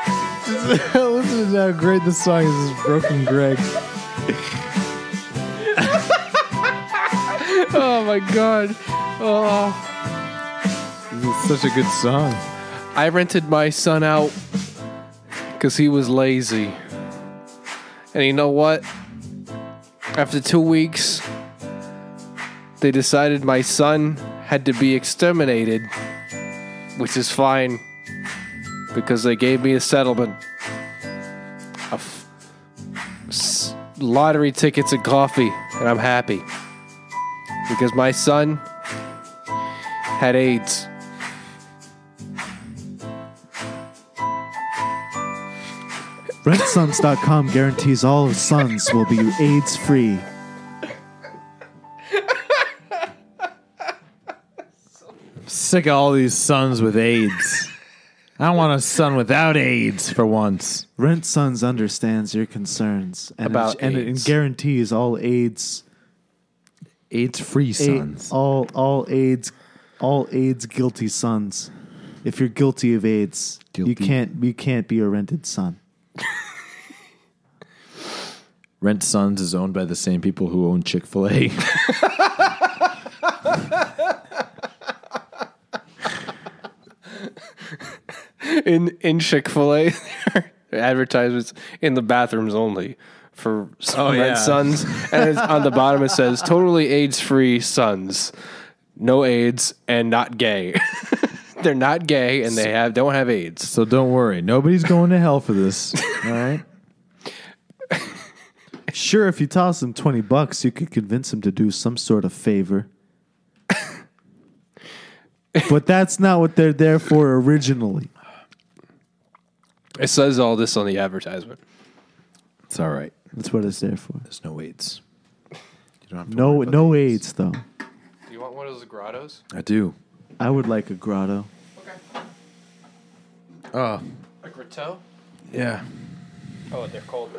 S5: Listen to how great this song is. This is Broken Greg.
S1: *laughs* Oh my god. Oh.
S5: This is such a good song.
S1: I rented my son out because he was lazy. And you know what? After two weeks, they decided my son had to be exterminated, which is fine because they gave me a settlement. A f- s- lottery tickets and coffee, and I'm happy because my son had AIDS.
S4: Rentsons.com guarantees all sons will be AIDS free.
S5: Sick of all these sons with AIDS. I want a son without AIDS for once.
S4: Rent Sons understands your concerns and,
S1: About
S4: and, and
S1: AIDS.
S4: guarantees all AIDS
S3: AIDS free sons.
S4: AIDS, all all AIDS, all AIDS guilty sons. If you're guilty of AIDS,
S3: Guilty.
S4: you can't you can't be a rented son.
S3: Rent Sons is owned by the same people who own Chick Fil A.
S1: in in Chick Fil A *laughs* advertisements in the bathrooms only for oh,
S5: yeah.
S1: Sons, and it's on the bottom it says totally AIDS free Sons, no AIDS and not gay. *laughs* They're not gay and they have don't have AIDS.
S3: *laughs* so don't worry, nobody's going to hell for this.
S4: *laughs*
S3: All right.
S4: Sure, if you toss him twenty bucks, you could convince him to do some sort of favor. but that's not what they're there for originally.
S1: It says all this on the advertisement.
S3: It's all right.
S4: That's what it's there for.
S3: There's no AIDS. You don't have to
S4: No,
S3: worry about
S4: no AIDS though.
S1: You want one of those grottos?
S3: I do.
S4: I would like a grotto.
S5: Oh,
S1: A grotto?
S5: yeah.
S1: Oh, they're cold.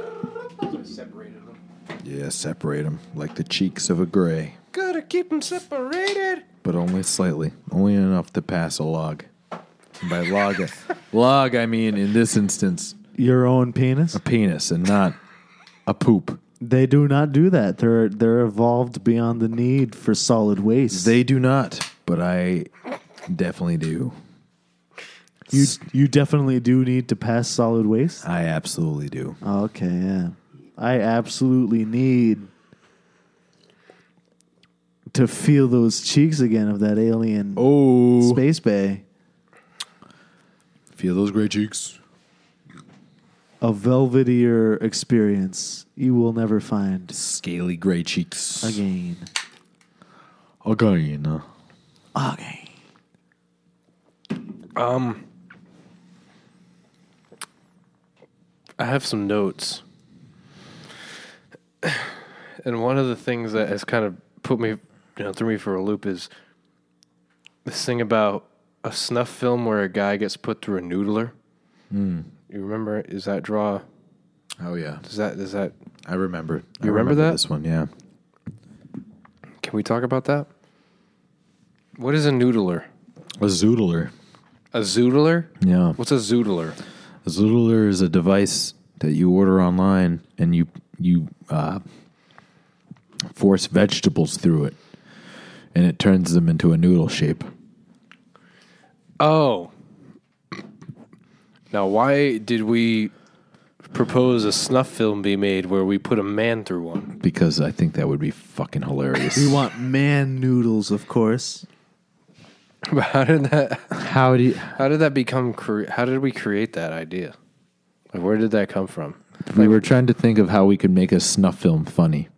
S1: separated them.
S3: Yeah, separate them like the cheeks of a gray,
S1: Gotta keep them separated.
S3: but only slightly, only enough to pass a log. And
S5: *laughs*
S3: by log, log, I mean in this instance,
S4: Your own penis?
S3: penis and not a poop.
S4: They do not do that. They're they're evolved beyond the need for solid waste.
S3: They do not, but I definitely do.
S4: You you definitely do need to pass solid waste.
S3: I absolutely do.
S4: Okay, yeah. I absolutely need to feel those cheeks again of that alien
S3: Oh,
S4: space bay.
S3: feel those gray cheeks.
S4: A velvetier experience you will never find
S3: Scaly gray cheeks.
S4: again.
S3: Again.
S4: Okay.
S1: I have some notes. And one of the things that has kind of put me, you know, threw me for a loop is this thing about a snuff film where a guy gets put through a noodler. You remember? Is that draw?
S3: Oh yeah,
S1: Does that, is that,
S3: I remember. I
S1: You remember that?
S3: this one? Yeah.
S1: can we talk about that? What is a noodler?
S3: A zoodler.
S1: A zoodler?
S3: Yeah.
S1: What's a zoodler?
S3: A zoodler is a device that you order online and you you uh, force vegetables through it, and it turns them into a noodle shape.
S1: Oh. Now, why did we propose a snuff film be made where we put a man through one?
S3: Because I think that would be fucking hilarious.
S4: We want man noodles, of course.
S1: *laughs* But how did that?
S3: How do you,
S1: How did that become? Cre- how did we create that idea? Like, where did that come from?
S3: we were trying to think of how we could make a snuff film funny.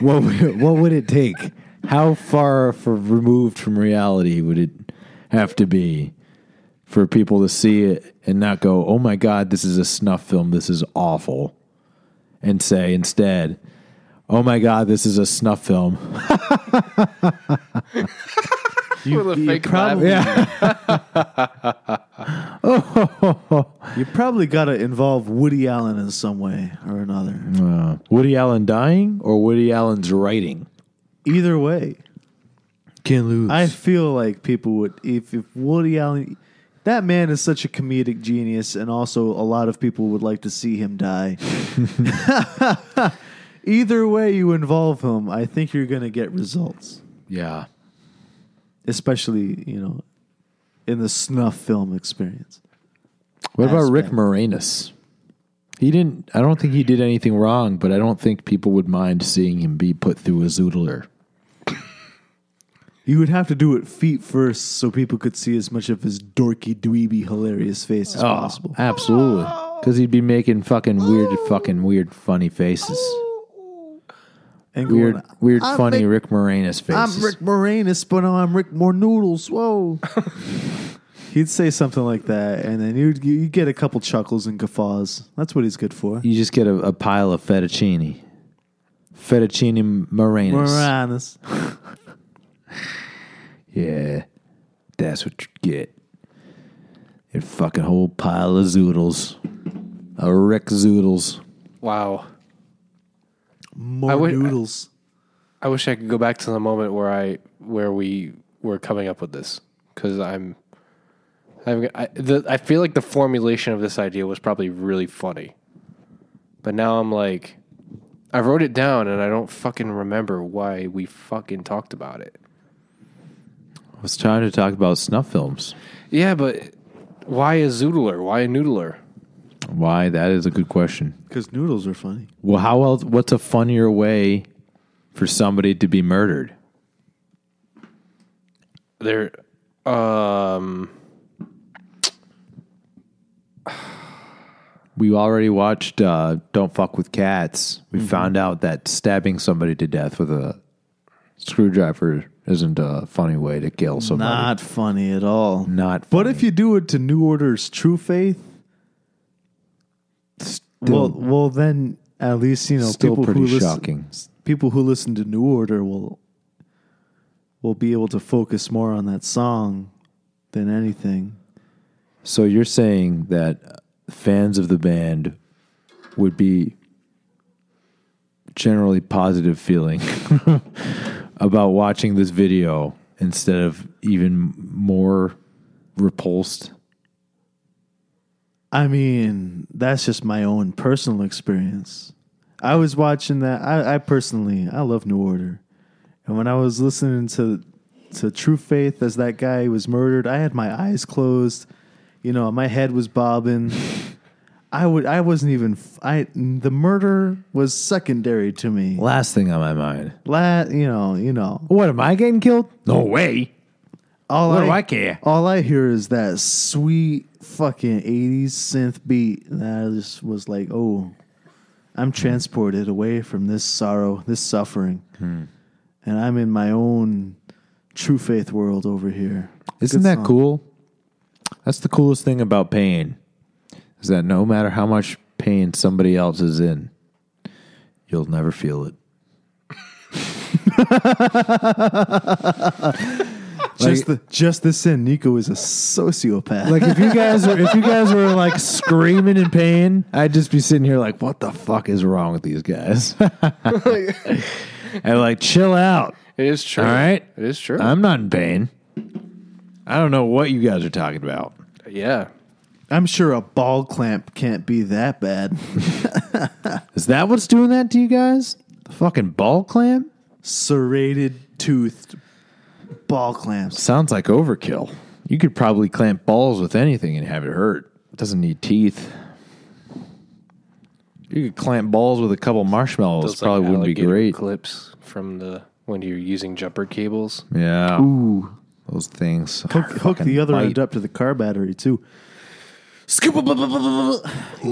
S3: what would, what would it take? How far for removed from reality would it have to be for people to see it and not go, "Oh my god, this is a snuff film. This is awful," and say instead, "Oh my god, this is a snuff film."
S4: You,
S1: With a
S4: you
S1: fake
S4: probably, you probably got to involve Woody Allen in some way or another.
S3: Uh, Woody Allen dying or Woody Allen's writing?
S4: Either way,
S3: Can't lose.
S4: I feel like people would if, if Woody Allen that man is such a comedic genius and also a lot of people would like to see him die. *laughs* Either way you involve him, I think you're going to get results,
S3: yeah.
S4: especially, you know, in the snuff film experience.
S3: What about Rick
S4: aspect.
S3: Moranis? He didn't. I don't think he did anything wrong, but I don't think people would mind seeing him be put through a zoodler.
S4: You would have to do it feet first so people could see as much of his dorky, dweeby, hilarious face
S3: Oh,
S4: as possible.
S3: Absolutely, because he'd be making fucking weird, fucking weird, funny faces.
S4: And going,
S3: Weird, weird,
S4: I'm
S3: funny
S4: Rick-
S3: Rick Moranis faces.
S4: I'm Rick Moranis, but I'm Rick More Noodles. Whoa. *laughs* He'd say something like that, and then you'd, you'd get a couple chuckles and guffaws. That's what he's good for.
S3: You just get a, a pile of fettuccine, fettuccine Moranis.
S4: Moranis.
S3: Yeah, that's what you get. Your fucking whole pile of zoodles, a Rick zoodles.
S1: Wow.
S4: More
S1: I would-
S4: noodles.
S1: I wish I could go back to the moment where I where we were coming up with this because I'm. I'm I, the, I feel like the formulation of this idea was probably really funny, but now I'm like, I wrote it down and I don't fucking remember why we fucking talked about it.
S3: I was trying to talk about snuff films.
S1: Yeah, but why a zoodler? Why a noodler?
S3: Why? That is a good question.
S4: Because noodles are funny.
S3: Well, how else? What's a funnier way for somebody to be murdered?
S1: They're um
S3: We already watched uh, "Don't Fuck with Cats." We
S4: Mm-hmm.
S3: found out that stabbing somebody to death with a screwdriver isn't a funny way to kill somebody.
S4: Not funny at all.
S3: Not
S4: But if you do it to New Order's True Faith, well, well, then at least you know
S3: Still
S4: people
S3: pretty
S4: who listen,
S3: shocking.
S4: People who listen to New Order will will be able to focus more on that song than anything.
S3: So you're saying that fans of the band would be generally positive feeling *laughs* about watching this video instead of even more repulsed.
S4: I mean, that's just my own personal experience. I was watching that. I, I personally, I love New Order, and when I was listening to to True Faith as that guy was murdered, I had my eyes closed. You know, my head was bobbing. I would. I wasn't even. f- I the murder was secondary to me.
S3: Last thing on my mind.
S4: La, you know. You know.
S3: What am I getting killed? No way.
S4: All I,
S3: What do I care?
S4: All I hear is that sweet fucking eighties synth beat. And I just was like, oh, I'm transported away from this sorrow, this suffering, and I'm in my own true faith world over here.
S3: Isn't
S4: Good
S3: that
S4: song.
S3: cool? That's the coolest thing about pain is that no matter how much pain somebody else is in, you'll never feel it.
S4: *laughs* Just the, just this in, Nico is a sociopath.
S3: Like if you guys were if you guys were like screaming in pain, I'd just be sitting here like, what the fuck is wrong with these guys? *laughs* and like, chill out.
S1: It is true.
S3: All right.
S1: It is true.
S3: I'm not in pain. I don't know what you guys are talking about.
S1: yeah.
S4: I'm sure a ball clamp can't be that bad.
S3: Is that what's doing that to you guys? The fucking ball clamp?
S4: Serrated toothed ball clamps.
S3: Sounds like overkill. You could probably clamp balls with anything and have it hurt. It doesn't need teeth. You could clamp balls with a couple marshmallows.
S1: Those, like,
S3: probably wouldn't be
S1: alligator
S3: great.
S1: Clips from the when you're using jumper cables.
S3: yeah.
S4: Ooh,
S3: Those things.
S4: hook, hook
S3: fucking
S4: the other
S3: bite.
S4: end up to the car battery too. Scoop, you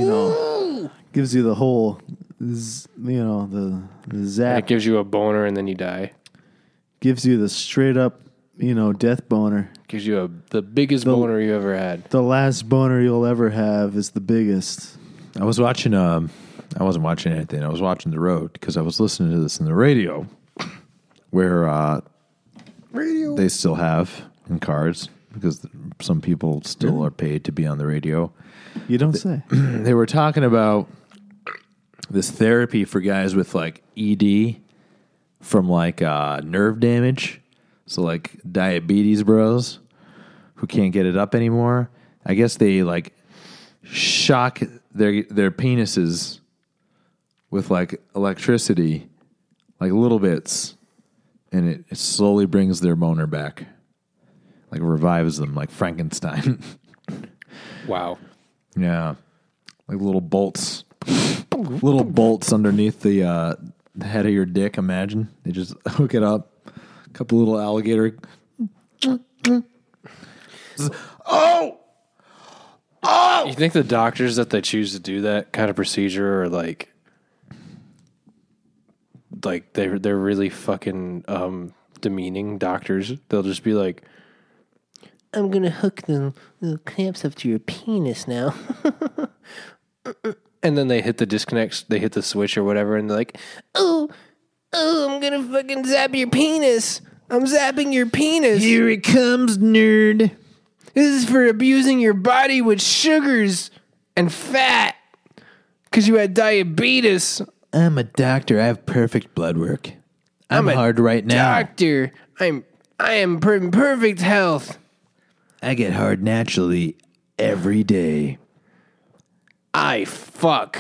S4: know, gives you the whole, z- you know, the, the
S1: It
S4: zap
S1: gives you a boner and then you die.
S4: gives you the straight up, you know, death boner.
S1: Gives you a the biggest boner you ever had.
S4: The last boner you'll ever have is the biggest.
S3: I was watching. Um, I wasn't watching anything. I was watching the road because I was listening to this in the radio, where uh, radio they still have in cars because some people still are paid to be on the radio.
S4: You don't say.
S3: They were talking about this therapy for guys with like ED from like uh, nerve damage, so like diabetes bros who can't get it up anymore. I guess they like shock their their penises with like electricity, like little bits, and it, it slowly brings their boner back, like revives them, like Frankenstein. *laughs*
S1: Wow.
S3: Yeah. Like little bolts. little bolts underneath the uh the head of your dick, imagine. They just *laughs* hook it up. A couple little alligator.
S1: You think the doctors that they choose to do that kind of procedure are like like they're they're really fucking um demeaning doctors. They'll just be like
S6: I'm gonna hook the little clamps up to your penis now. *laughs*
S1: and then they hit the disconnect they hit the switch or whatever and they're like
S6: Oh, oh, I'm gonna fucking zap your penis. I'm zapping your penis.
S5: Here it comes, nerd.
S6: This is for abusing your body with sugars and fat.
S1: because you had diabetes
S5: I'm a doctor. I have perfect blood work. I'm,
S1: a
S5: hard right now.
S1: doctor i'm i am per- in perfect health
S5: I get hard naturally every day.
S1: i fuck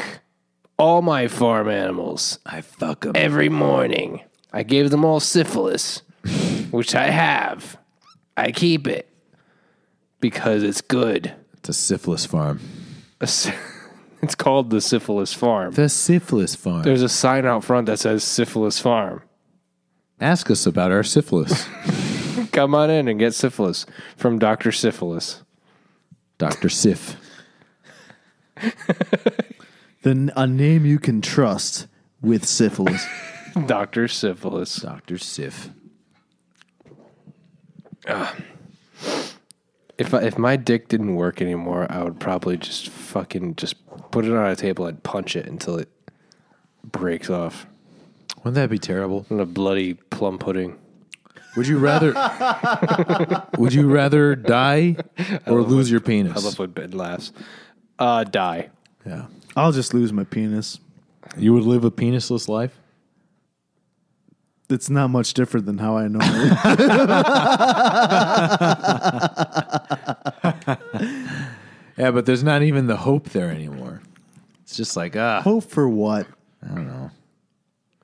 S1: all my farm animals
S5: I fuck 'em.
S1: every morning i gave them all syphilis which i have i keep it because it's good
S3: It's a syphilis farm.
S1: *laughs* it's called the syphilis farm
S3: The syphilis farm.
S1: there's a sign out front that says syphilis farm
S3: Ask us about our syphilis. *laughs*
S1: Come on in and get syphilis from Dr. Syphilis.
S3: Dr. Sif.
S4: Then a name you can trust with syphilis.
S1: Dr. Syphilis.
S3: Dr. Sif.
S1: If I, if my dick didn't work anymore, I would probably just fucking just put it on a table and punch it until it breaks off.
S3: Wouldn't that be terrible?
S1: And a bloody plum pudding.
S3: Would
S4: *laughs*
S3: you rather Would you rather die or lose your penis?
S1: I love when Ben laughs. Uh, die.
S3: yeah.
S4: I'll just lose my penis.
S3: You would live a penisless life?
S4: It's not much different than how I normally.
S3: Yeah, but there's not even the hope there anymore. It's just like, ah,
S4: Hope for what?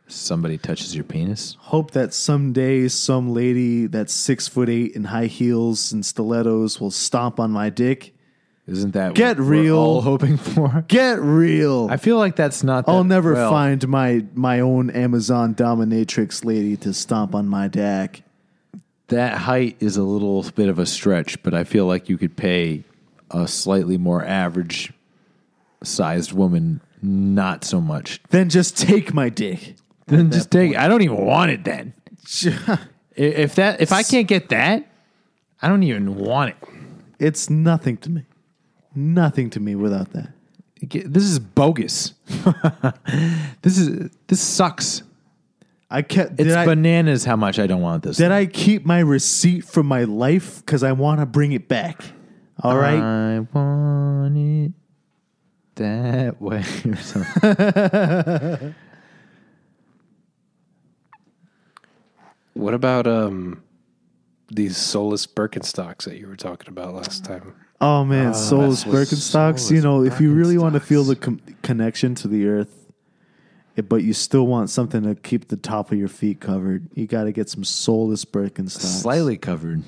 S3: somebody touches your penis.
S4: Hope that someday some lady that's six foot eight in high heels and stilettos will stomp on my dick.
S3: Isn't that
S4: Get
S3: what
S4: real.
S3: We're all hoping for.
S4: Get real.
S3: I feel like that's not.
S4: I'll
S3: that-
S4: never
S3: well,
S4: find my my own Amazon dominatrix lady to stomp on my dick.
S3: that height is a little bit of a stretch, but I feel like you could pay a slightly more average sized woman Not so much.
S4: Then just take my dick.
S5: Then just take. I don't even want it.
S4: *laughs*
S5: Then I- if that if I can't get that, I don't even want it.
S4: It's nothing to me. Nothing to me without that.
S5: Get- This is bogus. *laughs* this is this sucks.
S4: I kept. Did
S5: It's
S4: I,
S5: bananas how much I don't want this.
S4: did I keep my receipt from my life? Because I want to bring it back. All right.
S5: I want it that way. *laughs* or
S4: *laughs*
S5: something.
S1: What about um these soulless Birkenstocks that you were talking about last time?
S4: oh
S1: Ah,
S4: man, soulless Birkenstocks. you know, if you really want to feel the com- connection to the earth, eh, but you still want something to keep the top of your feet covered, you got to get some soulless Birkenstocks.
S5: Slightly covered.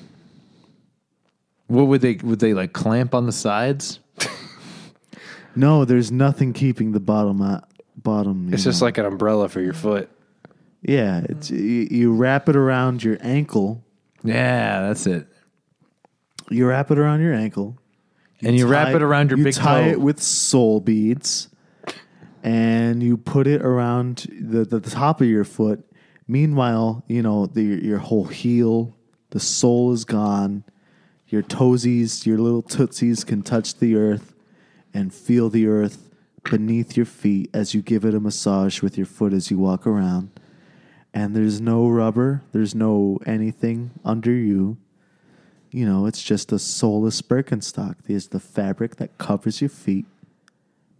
S5: What would they would they like clamp on the sides?
S4: No, there's nothing keeping the bottom out. Bottom. you
S1: It's just
S4: know.
S1: like an umbrella for your foot.
S4: yeah, it's, you, you wrap it around your ankle.
S5: Yeah, that's it.
S4: You wrap it around your ankle.
S5: and you wrap
S4: tie-
S5: it around your
S4: you
S5: big
S4: tie
S5: toe.
S4: it with soul beads, and you put it around the, the, top of your foot. Meanwhile, you know the, your whole heel, the sole is gone. Your toesies, your little tootsies can touch the earth and feel the earth beneath your feet as you give it a massage with your foot as you walk around. And there's no rubber, there's no anything under you you know, it's just a soulless Birkenstock. There's the fabric that covers your feet,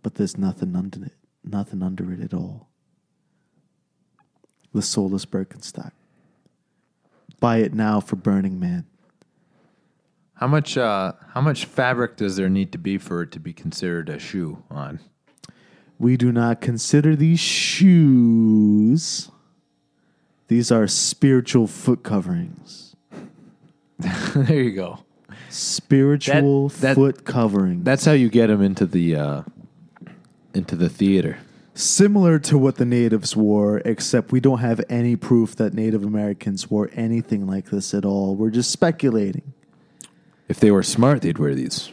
S4: but there's nothing under it, nothing under it at all. The soulless Birkenstock. Buy it now for Burning Man.
S5: how much uh how much fabric does there need to be for it to be considered a shoe
S3: *laughs*
S5: on?
S4: We do not consider these shoes. These are spiritual foot coverings.
S5: there you go.
S4: Spiritual
S5: that-
S4: foot coverings.
S3: That's how you get them into the uh, into the theater.
S4: similar to what the natives wore, except we don't have any proof that Native Americans wore anything like this at all. We're just speculating.
S3: If they were smart, they'd wear these.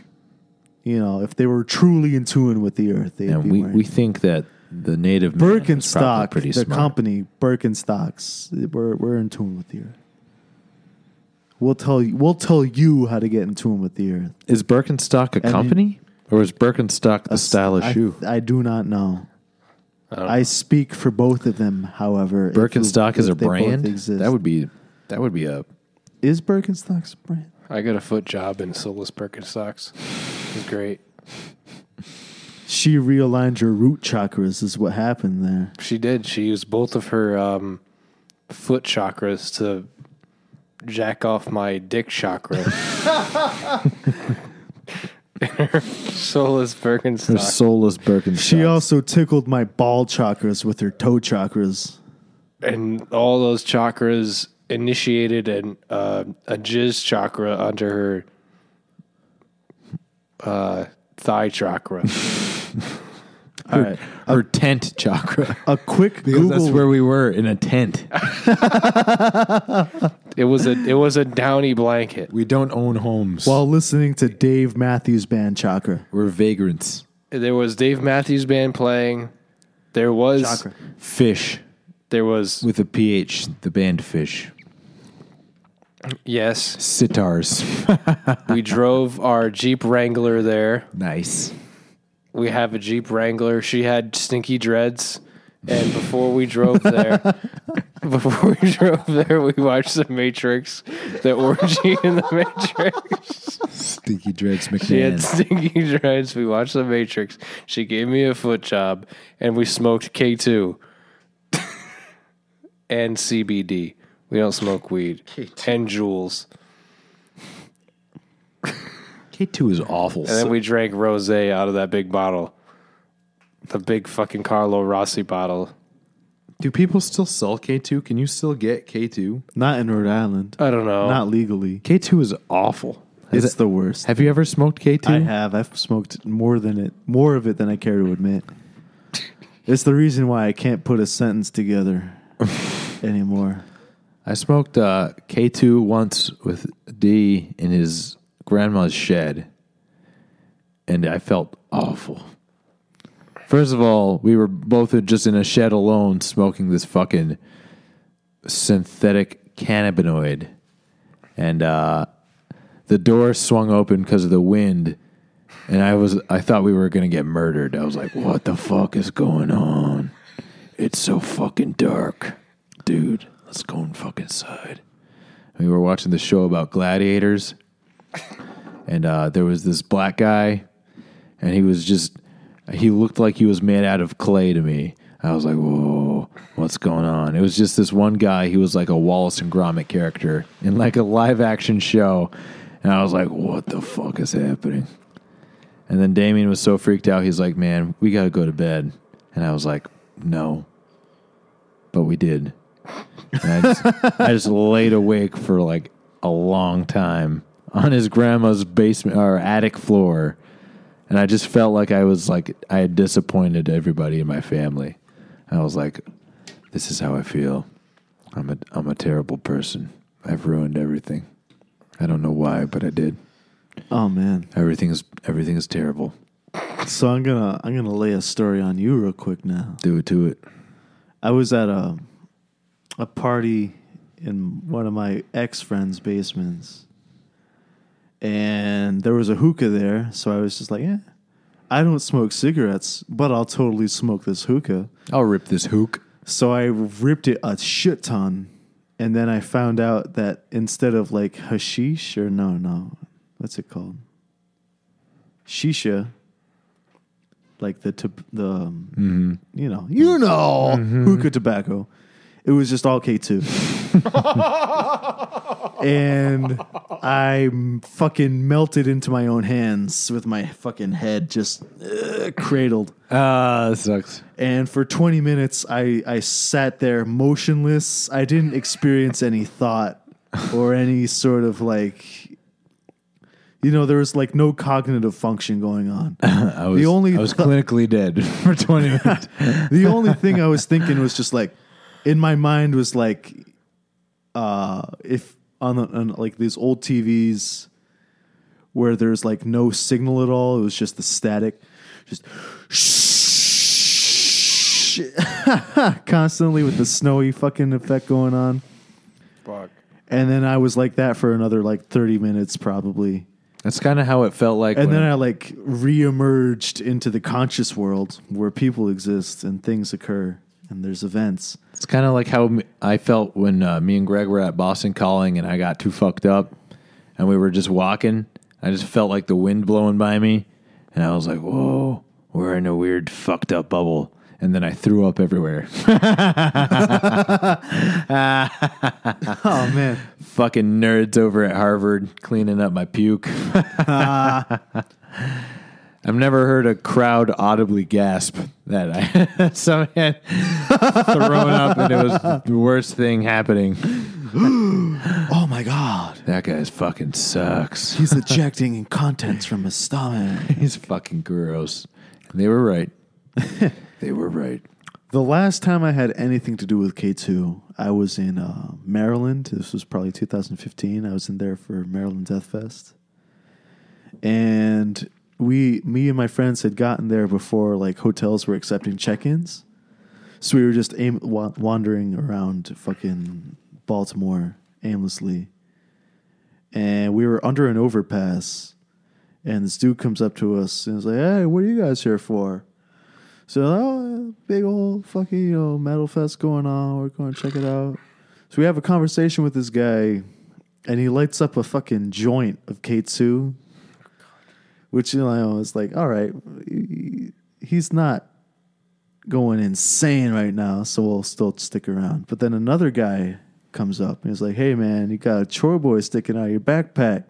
S4: You know, if they were truly in tune with the earth, they'd be
S3: And we,
S4: wearing
S3: we think that the native man was probably
S4: Birkenstock,
S3: pretty
S4: the
S3: smart.
S4: company Birkenstocks. We're we're in tune with the earth. We'll tell you. We'll tell you how to get in tune with the earth.
S3: Is Birkenstock a
S4: mean-
S3: company, or is Birkenstock the style of
S4: I-
S3: shoe?
S4: I do not know. I speak for both of them. However, if-
S3: Birkenstock is
S4: if
S3: a
S4: they both
S3: brand.
S4: exist.
S3: That would be that would be a
S4: is Birkenstock's brand.
S1: I got a foot job in soulless Birkenstocks. It's great.
S4: She realigned your root chakras, is what happened there.
S1: She did. She used both of her um, foot chakras to jack off my dick chakra. *laughs* soulless
S3: a
S1: Birkenstock.
S3: soulless Birkenstock.
S4: She also tickled my ball chakras with her toe chakras.
S1: and all those chakras initiated an uh, a jizz chakra under her uh, thigh chakra.
S4: All right.
S3: her tent chakra.
S4: A quick *laughs*
S3: That's
S4: Google
S3: where we were in a tent.
S1: it was a it was a downy blanket.
S3: We don't own homes.
S4: while listening to Dave Matthews Band chakra.
S3: we're vagrants.
S1: There was Dave Matthews Band playing. There was
S3: Fish
S1: there was
S3: with a ph. The band Fish.
S1: yes.
S3: Sitars. *laughs*
S1: We drove our Jeep Wrangler there.
S3: nice.
S1: we have a Jeep Wrangler. She had stinky dreads. And before we drove there, before we drove there, we watched The Matrix, the orgy in The Matrix.
S3: Stinky dreads
S1: She had
S3: McMahon.
S1: stinky dreads. We watched The Matrix. She gave me a foot job, and we smoked K2 and CBD. We don't smoke weed. And jewels.
S3: K two is awful.
S1: And then we drank rose out of that big bottle. The big fucking Carlo Rossi bottle.
S3: Do people still sell K two? Can you still get K two?
S4: Not in Rhode Island.
S1: I don't know.
S4: Uh, Not legally.
S3: K two is awful. Is
S4: it's
S3: it-
S4: the worst.
S3: have you ever smoked K two?
S4: I have. I've smoked more than it, more of it than I care to admit. it's the reason why I can't put a sentence together anymore.
S3: I smoked uh, K2 once with D in his grandma's shed, and I felt awful. First of all, we were both just in a shed alone smoking this fucking synthetic cannabinoid. And uh, the door swung open because of the wind. And I was I thought we were gonna get murdered. I was like, what the fuck is going on? It's so fucking dark. Dude, let's go and fuck inside. We were watching the show about gladiators. And uh, there was this black guy and he was just he looked like he was made out of clay to me. I was like, "Whoa, what's going on?" It was just this one guy. He was like a Wallace and Gromit character in like a live action show, and I was like, "What the fuck is happening?" And then Damien was so freaked out. He's like, "Man, we got to go to bed," and I was like, "No," but we did. And I, just, I just laid awake for like a long time on his grandma's basement or attic floor and I just felt like I was like I had disappointed everybody in my family. I was like, "This is how I feel. I'm a I'm a terrible person. I've ruined everything. I don't know why, but I did.
S4: Oh man.
S3: Everything is everything is terrible.
S4: So I'm gonna I'm gonna lay a story on you real quick now.
S3: Do it to it.
S4: I was at a a party in one of my ex friends' basements, and there was a hookah there. So I was just like, "Yeah, I don't smoke cigarettes, but I'll totally smoke this hookah."
S3: I'll rip this hook.
S4: So I ripped it a shit ton, and then I found out that instead of like hashish or no, no, what's it called? Shisha. Like the tab- the um, you know you know hookah tobacco, it was just all K two, and I m- fucking melted into my own hands with my fucking head just uh, cradled.
S3: Ah, that sucks.
S4: And for 20 minutes, I, I sat there motionless. I didn't experience any thought or any sort of like, you know, there was like no cognitive function going on.
S3: *laughs* I was,
S4: only
S3: I was
S4: thought-
S3: clinically dead *laughs* for twenty minutes.
S4: the only thing I was thinking was just like, in my mind was like, uh, if on, the, on like these old TVs where there's like no signal at all, it was just the static, just *laughs* constantly with the snowy fucking effect going on.
S1: Fuck.
S4: And then I was like that for another like 30 minutes probably.
S3: That's kind of how it felt like.
S4: And
S3: when-
S4: then I like reemerged into the conscious world where people exist and things occur and there's events.
S3: It's kind of like how m- I felt when uh, me and Greg were at Boston Calling and I got too fucked up and we were just walking. I just felt like the wind blowing by me and I was like, whoa, we're in a weird fucked up bubble. And then I threw up everywhere. *laughs*
S4: Oh man.
S3: Fucking nerds over at Harvard cleaning up my puke. I've never heard a crowd audibly gasp that I *laughs* some had thrown up and it was the worst thing happening.
S4: Oh my god.
S3: That guy's fucking sucks.
S4: He's ejecting contents from his stomach.
S3: He's fucking gross. And they were right. they were right.
S4: The last time I had anything to do with K2, I was in uh, Maryland. This was probably 2015. I was in there for Maryland Death Fest. And we, me and my friends had gotten there before like hotels were accepting check-ins. So we were just aim- wa- wandering around fucking Baltimore aimlessly. And we were under an overpass. And this dude comes up to us and is like, hey, what are you guys here for? So, oh, big old fucking, you know, metal fest going on. We're going to check it out. So we have a conversation with this guy, and he lights up a fucking joint of K2, which, you know, it's like, all right, he- he's not going insane right now, so we'll still stick around. But then another guy comes up, and he's like, hey, man, you got a chore boy sticking out of your backpack.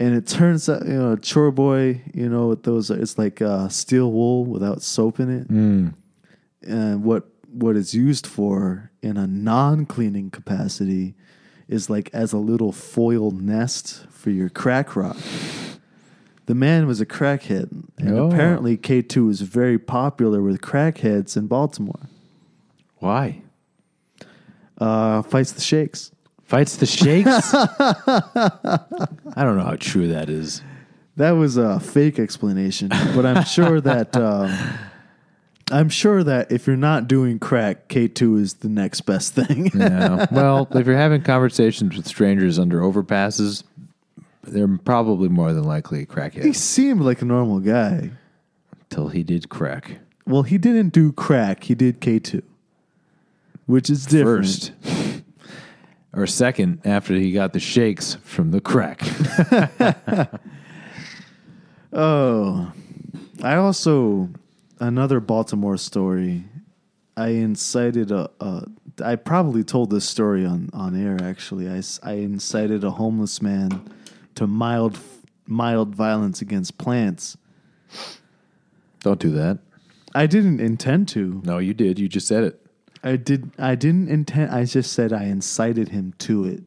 S4: And it turns out, you know, chore boy, you know, with those, it's like uh, steel wool without soap in it. And what what it's used for in a non cleaning capacity is like as a little foil nest for your crack rock. The man was a crackhead, and
S3: Oh.
S4: apparently K two is very popular with crackheads in Baltimore.
S3: Why?
S4: Uh, fights the shakes.
S3: Fights the shakes? I don't know how true that is.
S4: That was a fake explanation, but I'm
S3: *laughs*
S4: sure that um, I'm sure that if you're not doing crack, K two is the next best thing.
S3: Yeah. Well, if you're having conversations with strangers under overpasses, they're probably more than likely
S4: *laughs*
S3: a
S4: he
S3: crackhead.
S4: seemed like a normal guy.
S3: Until he did crack
S4: Well, he didn't do crack. He did K two, which is different.
S3: first, or second after he got the shakes from the crack.
S4: Oh, I also another Baltimore story. I incited a. a I probably told this story on on air. Actually, I s- I incited a homeless man to mild mild violence against plants.
S3: Don't do that.
S4: I didn't intend to.
S3: No, you did. You just said it.
S4: I did. I didn't intend. I just said I incited him to it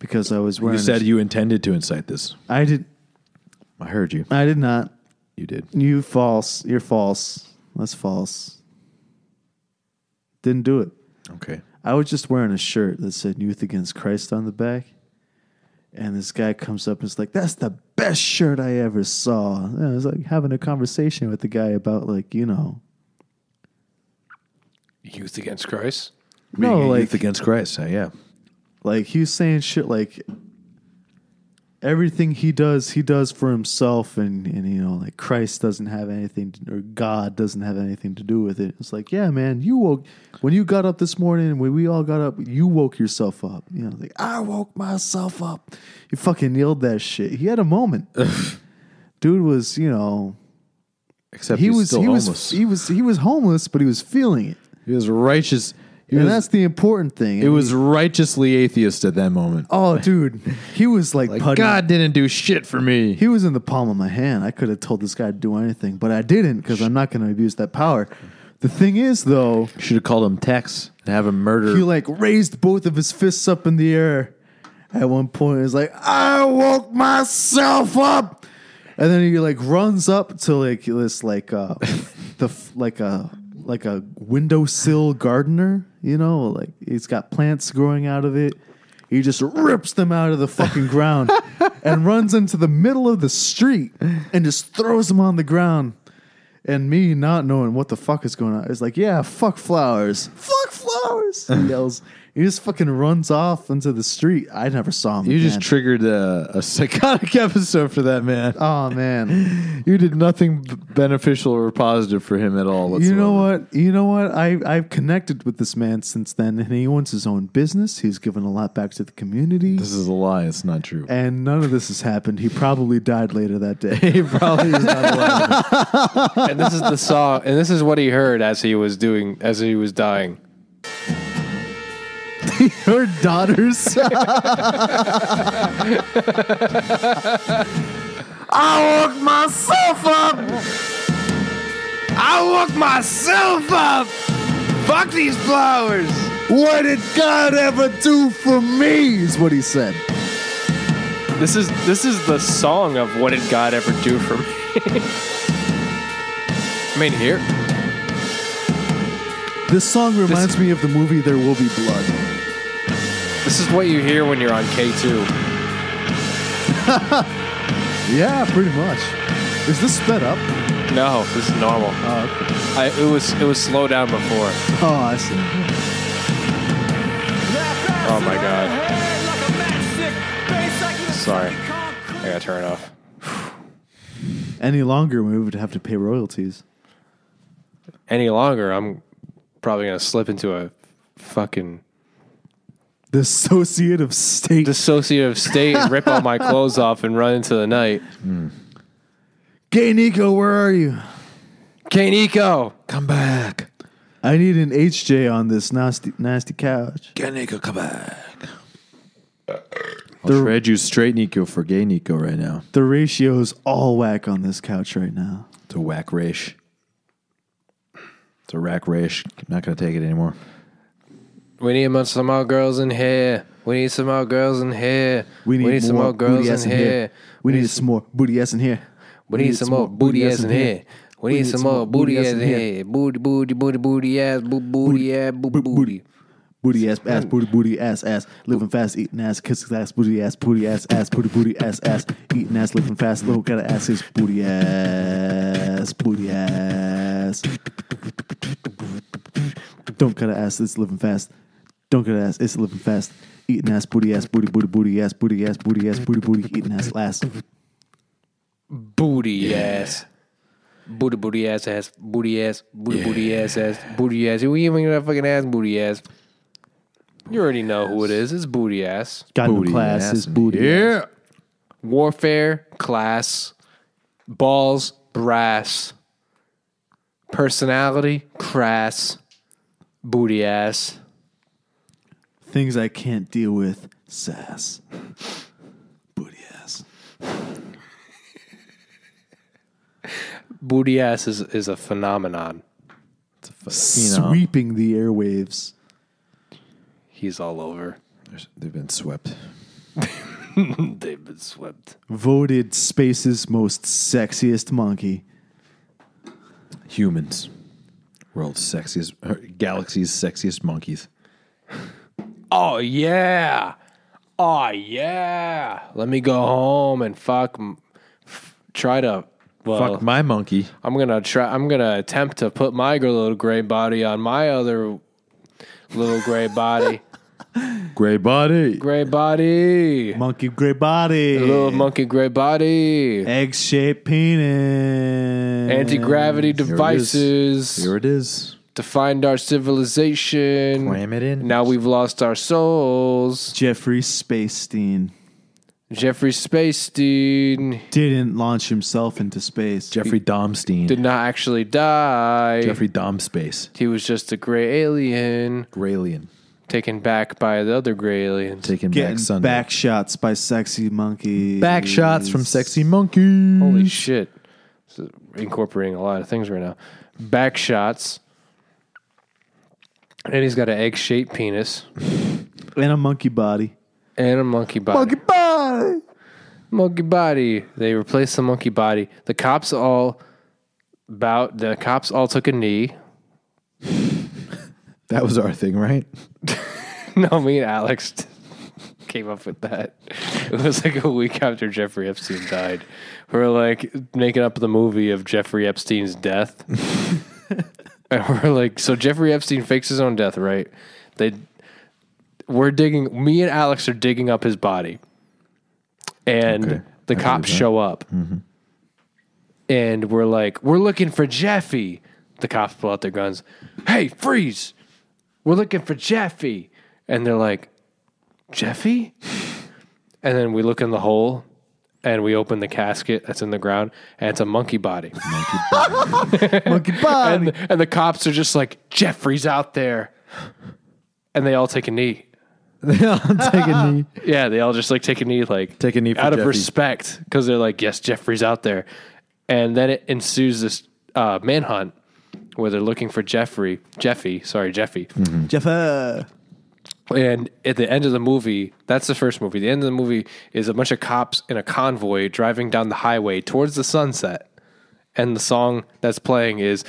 S4: because I was wearing.
S3: You
S4: a
S3: said
S4: sh-
S3: you intended to incite this.
S4: I did.
S3: I heard you.
S4: I did not.
S3: You did.
S4: You false. You're false. That's false. Didn't do it.
S3: Okay.
S4: I was just wearing a shirt that said Youth Against Christ on the back. And this guy comes up and is like, That's the best shirt I ever saw. And I was like having a conversation with the guy about, like, you know,
S1: Youth Against Christ.
S4: no, like,
S3: Youth against Christ. uh, yeah.
S4: like he was saying shit like everything he does, he does for himself. And, and you know, like Christ doesn't have anything, to, or God doesn't have anything to do with it. It's like, yeah, man, you woke, when you got up this morning, when we all got up, you woke yourself up. You know, like, I woke myself up. He fucking nailed that shit. He had a
S3: *laughs*
S4: moment. Dude was, you know,
S3: Except
S4: he
S3: he's
S4: was
S3: still
S4: he
S3: homeless.
S4: was he was he was homeless, but he was feeling it,
S3: he was righteous. He
S4: and
S3: was-
S4: that's the important thing.
S3: it was righteously atheist at that moment.
S4: oh, dude, he was like,
S3: *laughs* Like,
S4: putting-
S5: God didn't do shit for me.
S4: He was in the palm of my hand. I could have told this guy to do anything, but I didn't because I'm not going to abuse that power. The thing is, though,
S3: Should have called him Tex to have him murder.
S4: he like raised both of his fists up in the air at one point. He's like, I woke myself up. And then he like runs up to like this like
S3: *laughs*
S4: uh the f- like a like a windowsill gardener, you know, like he's got plants growing out of it. He just rips them out of the fucking
S3: *laughs*
S4: ground and runs into the middle of the street and just throws them on the ground. And me not knowing what the fuck is going on is like, yeah, fuck flowers. Fuck flowers.
S3: *laughs*
S4: He yells. He just fucking runs off into the street. I never saw him.
S3: you just
S4: again.
S3: triggered a, a psychotic *laughs* episode for that man.
S4: Oh
S3: *laughs*
S4: man.
S3: You did nothing b- beneficial or positive for him at all.
S4: you
S3: Whatsoever.
S4: know what? You know what? I I've connected with this man since then and he owns his own business. He's given a lot back to the community.
S3: This is a lie. It's not true.
S4: and none of this has happened. He probably died later that day.
S3: He probably is not alive.
S1: and this is the song, and this is what he heard as he was doing, as he was dying.
S4: *laughs* Her
S3: *laughs*
S4: daughters.
S6: I woke myself up. I woke myself up. Fuck these flowers.
S4: what did God ever do for me? Is what he said.
S1: This is this is the song of what did God ever do for me? *laughs* I mean, here
S4: This song reminds me of the movie There Will Be Blood.
S1: this is what you hear when you're on K two.
S4: Yeah, pretty much. Is this sped up?
S1: No, this is normal. I, it was it was slow down before.
S4: Oh, I see.
S1: Oh my god. Sorry, I gotta turn it off.
S4: Any longer, we would have to pay royalties.
S1: Any longer, I'm probably gonna slip into a fucking
S4: The associative state.
S1: dissociative *laughs* state and rip all my clothes off and run into the night.
S4: Gay Nico, where are you?
S1: K Nico,
S3: Come back.
S4: I need an HJ on this nasty, nasty couch.
S3: Gay Nico, come back. I'll shred you straight, Nico, for gay Nico right now.
S4: The ratio's all whack on this couch right now.
S3: It's a whack rash. It's a rack rash. I'm not going to take it anymore.
S1: we need much some more girls in here. We need some more girls in here. some more girls
S4: booty
S1: in
S4: ass
S1: here.
S4: We need some more booty ass in here.
S1: We need some more booty ass in here. We need some more booty ass in here. Booty, booty, booty, booty ass, boo- booty ass, boo- booty.
S4: Booty ass, ass, booty, booty, ass, ass. Living fast, eating ass, kissing ass, booty ass, booty ass, ass, booty, booty, ass, ass. Eating ass, living fast, little gotta ass is booty ass, booty ass. Don't gotta ass, it's living fast. Don't gotta ass, it's living fast. Eating ass, booty ass, booty, booty, booty ass, booty ass, booty ass, booty, booty, eating ass last.
S1: booty ass. Booty booty ass ass booty ass booty booty ass ass booty ass. You even got that fucking ass booty ass. You already know who it is. It's booty ass.
S4: Got no
S3: Booty
S4: class,
S3: ass
S4: it's
S3: in
S4: booty.
S5: Yeah.
S1: Warfare, class, balls, brass, personality, crass, booty ass.
S4: Things I can't deal with, sass. Booty ass.
S1: Booty ass is, is a phenomenon.
S3: Phenom.
S4: Sweeping the airwaves.
S1: He's all over.
S3: They've been swept.
S1: They've been swept.
S4: Voted Space's most sexiest monkey.
S3: Humans. World's sexiest, er, galaxy's sexiest monkeys.
S1: Oh yeah. Oh yeah. Let me go home and fuck m- f- try to well,
S3: Fuck my monkey.
S1: I'm going to try I'm going to attempt to put my gr- little gray body on my other little gray
S3: *laughs*
S1: body.
S3: Gray body.
S1: gray body.
S4: Monkey gray body.
S1: Little monkey gray body.
S4: Egg shaped penis.
S1: Anti gravity devices
S3: Here it is.
S1: defined our civilization.
S3: Ram it in.
S1: Now we've lost our souls.
S4: Jeffrey Spacestein
S1: Jeffrey Spacestein
S4: didn't launch himself into space.
S3: Jeffrey Domstein.
S1: did not actually die.
S3: Jeffrey Domspace.
S1: He was just a gray alien
S3: Graylien.
S1: taken back by the other gray aliens.
S3: Taking
S4: Getting
S3: back Sunday.
S4: back shots by sexy monkey.
S3: Back shots from sexy monkey.
S1: Holy shit. This is incorporating a lot of things right now. Back shots. And he's got an egg shaped penis
S4: and a monkey body.
S1: and a monkey body. Monkey body! Monkey body. They replaced the monkey body. The cops all about the cops all took a knee. *laughs*
S3: That was our thing, right?
S1: No, me and Alex came up with that. *laughs* It was like a week after Jeffrey Epstein died. We're like making up the movie of Jeffrey Epstein's death. and we're like, so Jeffrey Epstein fakes his own death, right? They we're digging me and Alex are digging up his body. And
S3: Okay.
S1: the cops show up. And we're like, we're looking for Jeffy. The cops pull out their guns. Hey, freeze! We're looking for Jeffy. And they're like, Jeffy? And then we look in the hole and we open the casket that's in the ground and it's a monkey body.
S3: *laughs*
S4: Monkey body.
S1: and, and the cops are just like, Jeffrey's out there. And they all take a
S3: *laughs*
S1: knee.
S3: Take a knee.
S1: *laughs* Yeah, they all just like take a knee, like
S3: Take a knee for
S1: out of
S3: Jeffy.
S1: respect because they're like, yes, Jeffrey's out there. And then it ensues this uh, manhunt where they're looking for Jeffrey, Jeffy, sorry, Jeffy.
S4: Jeffa.
S1: And at the end of the movie, that's the first movie. The end of the movie is a bunch of cops in a convoy driving down the highway towards the sunset. And the song that's playing is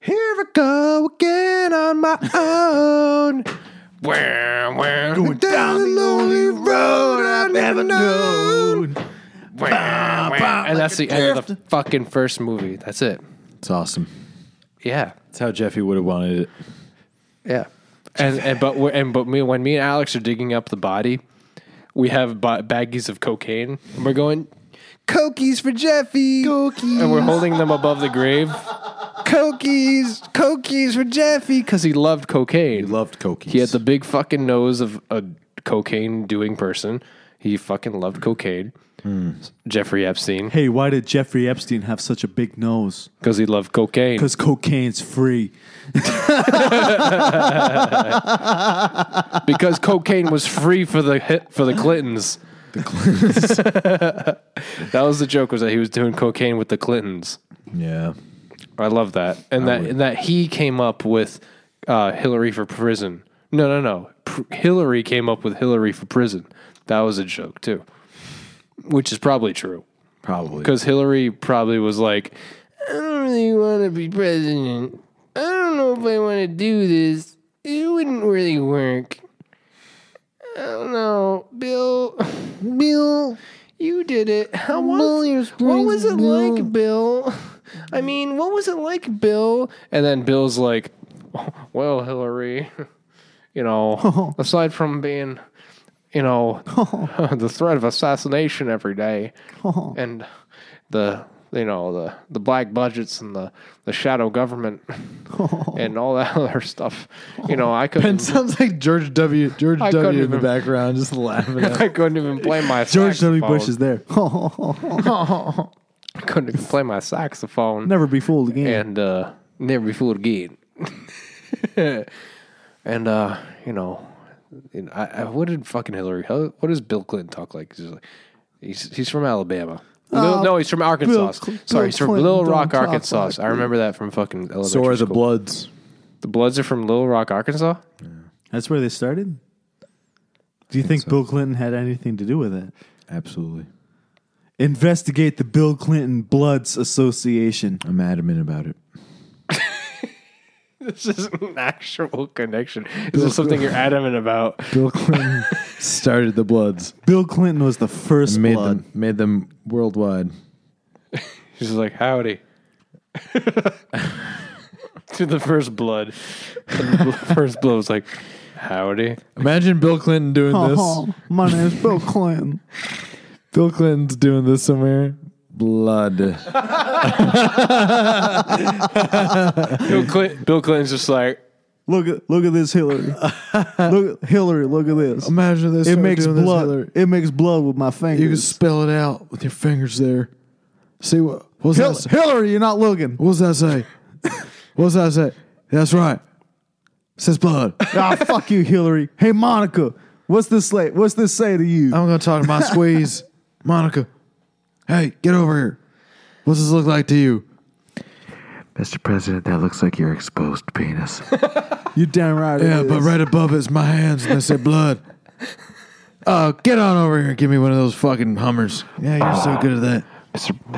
S1: Here I Go Again on My Own. Where, where, going down the lonely road I've never known. Wah, wah. and that's the end of the fucking first movie. That's it.
S3: It's awesome.
S1: Yeah.
S3: That's how Jeffy would have wanted it.
S1: Yeah. And, and but we're, and but me when me and Alex are digging up the body, we have ba- baggies of cocaine and we're going cokies for Jeffy. Cokies. And we're holding them above the grave. Cokies, cokies for Jeffy cuz he loved cocaine.
S3: He loved Cokies.
S1: He had the big fucking nose of a cocaine doing person. He fucking loved cocaine. Hmm. Jeffrey Epstein
S4: Hey, why did Jeffrey Epstein have such a big nose?
S1: cuz he loved cocaine.
S4: Because cocaine's free.
S1: because cocaine was free for the hit, for the Clintons. *laughs* that was the joke was that he was doing cocaine with the Clintons.
S3: Yeah.
S1: I love that, and that and that he came up with uh, Hillary for prison. No, no, no. Pr- Hillary came up with Hillary for prison. That was a joke too, which is probably true
S3: Probably.
S1: because Hillary probably was like,
S6: I don't really want to be president. I don't know if I want to do this. it wouldn't really work. I don't know, Bill. *laughs* Bill, you did it. How was? What was it like, Bill? I mean, what was it like, Bill?
S1: And then Bill's like, "Well,
S6: *laughs*
S1: Hillary,
S4: *laughs*
S1: you know, aside from being, you know, *laughs* the threat of assassination
S4: *laughs*
S1: every day, and the you know the the black budgets and the the
S4: *laughs*
S1: shadow government and all that *laughs* other stuff, you know, I
S3: Ben
S1: couldn't."
S3: sounds like George W. George
S1: I
S3: W.
S1: couldn't
S3: in the
S1: even-
S3: background, just laughing.
S1: *laughs* *laughs*
S3: At
S1: I couldn't even play
S4: *laughs*
S1: my
S4: George W. Bush
S1: saxophone.
S4: is there. *laughs*
S1: I *laughs* couldn't even play my saxophone.
S4: Never be fooled again.
S1: and uh, never be fooled again. *laughs* and uh, you know, and I, I what did fucking Hillary? How, what does Bill Clinton talk like? He's, just like- he's, he's from Alabama. Lil- no, he's from Arkansas.
S4: Cl- Uh, Bill
S1: Sorry, he's from
S4: Clinton
S1: Little
S4: don't
S1: Rock,
S4: talk
S1: Arkansas.
S4: like
S1: I remember that from fucking elementary
S3: so are the
S1: school.
S3: Bloods.
S1: The Bloods are from Little Rock, Arkansas. *laughs*
S4: That's where they started. Do you think, Bill Clinton had anything to do with it?
S3: Absolutely,
S4: Investigate the Bill Clinton Bloods Association.
S3: I'm adamant about it.
S1: This isn't an actual connection. Is this something you're adamant about?
S3: Bill Clinton *laughs* started the Bloods,
S4: Bill Clinton was the first
S3: made
S4: blood.
S3: them made them worldwide.
S1: She's like, howdy. *laughs* to the first blood. *laughs* And the bl- first blood was like, howdy. *laughs*
S3: Imagine Bill Clinton doing
S4: *laughs* Oh,
S3: this.
S4: my name's Bill Clinton.
S3: Bill Clinton's doing this somewhere. Blood.
S1: Bill, Clint- Bill Clinton's just like,
S4: Look at look at this
S1: *laughs*
S4: Hillary. look Hillary, look at this.
S3: Imagine this.
S4: It
S3: start
S4: makes
S3: doing this,
S4: blood.
S3: Hillary.
S4: it makes blood with my
S3: You can
S4: fingers.
S3: spell it out with your fingers there. See what? What's
S4: Hil-
S3: that? say?
S4: Hillary, you're not looking.
S3: What's that say? What's that say? That's right. says blood.
S4: ah, fuck you, Hillary. Hey, Monica, what's this like? What's this say to you?
S3: I'm gonna talk to my
S4: *laughs*
S3: squeeze, Monica. Hey, get over here. What's this look like to you?
S2: Mr. President, that looks like your exposed penis.
S4: you damn right. it
S3: *laughs* Yeah, but
S4: is.
S3: right above it's my hands and they say blood. Uh, get on over here and give me one of those fucking Hummers. Yeah, you're so good at that.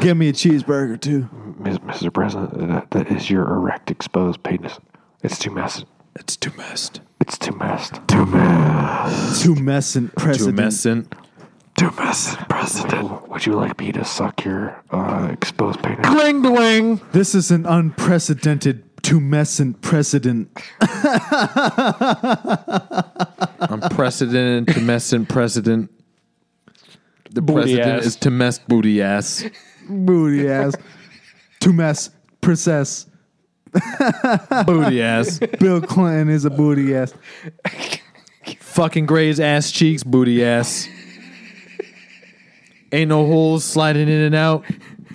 S4: Give me a cheeseburger too.
S7: Mr. President, that, that is your erect exposed penis. It's too massive.
S3: It's too messed.
S7: It's too massive. Too massive.
S4: Too messing president.
S7: Too massive, President. Would you like me to suck your uh, exposed penis?
S3: Bling bling.
S4: This is an unprecedented too messing precedent.
S3: Unprecedented, tumescent precedent. The
S1: Booty ass.
S3: Temes booty ass.
S4: Booty
S3: *laughs*
S4: ass. too mess princess.
S3: Booty ass.
S4: Bill Clinton is a booty ass.
S3: Fucking grays ass cheeks, booty ass. Ain't no holes sliding in and out.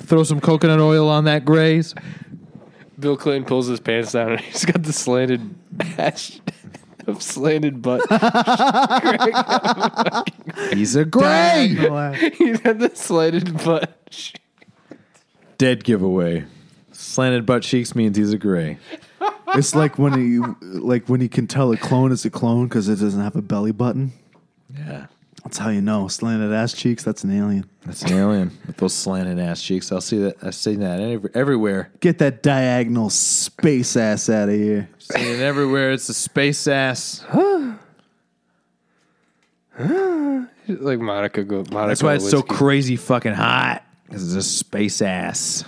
S3: Throw some coconut oil on that grays.
S1: Bill Clinton pulls his pants down and he's got the slanted ass *laughs* of slanted butt. *laughs*
S3: He's a gray.
S1: he's got the slanted butt. *laughs*
S3: Dead giveaway. Slanted butt cheeks means he's a gray.
S4: It's like when you like when you can tell a clone is a clone because it doesn't have a belly button.
S3: Yeah.
S4: That's how you know. Slanted ass cheeks. That's an alien.
S3: That's an alien with those slanted ass cheeks. I'll see that. I've seen that every, everywhere.
S4: Get that diagonal space ass out of here.
S3: Seen it everywhere. It's a space ass.
S1: Like Monica go Monica.
S3: That's why it's so
S1: Lewinsky.
S3: crazy fucking hot. Because it's a space ass.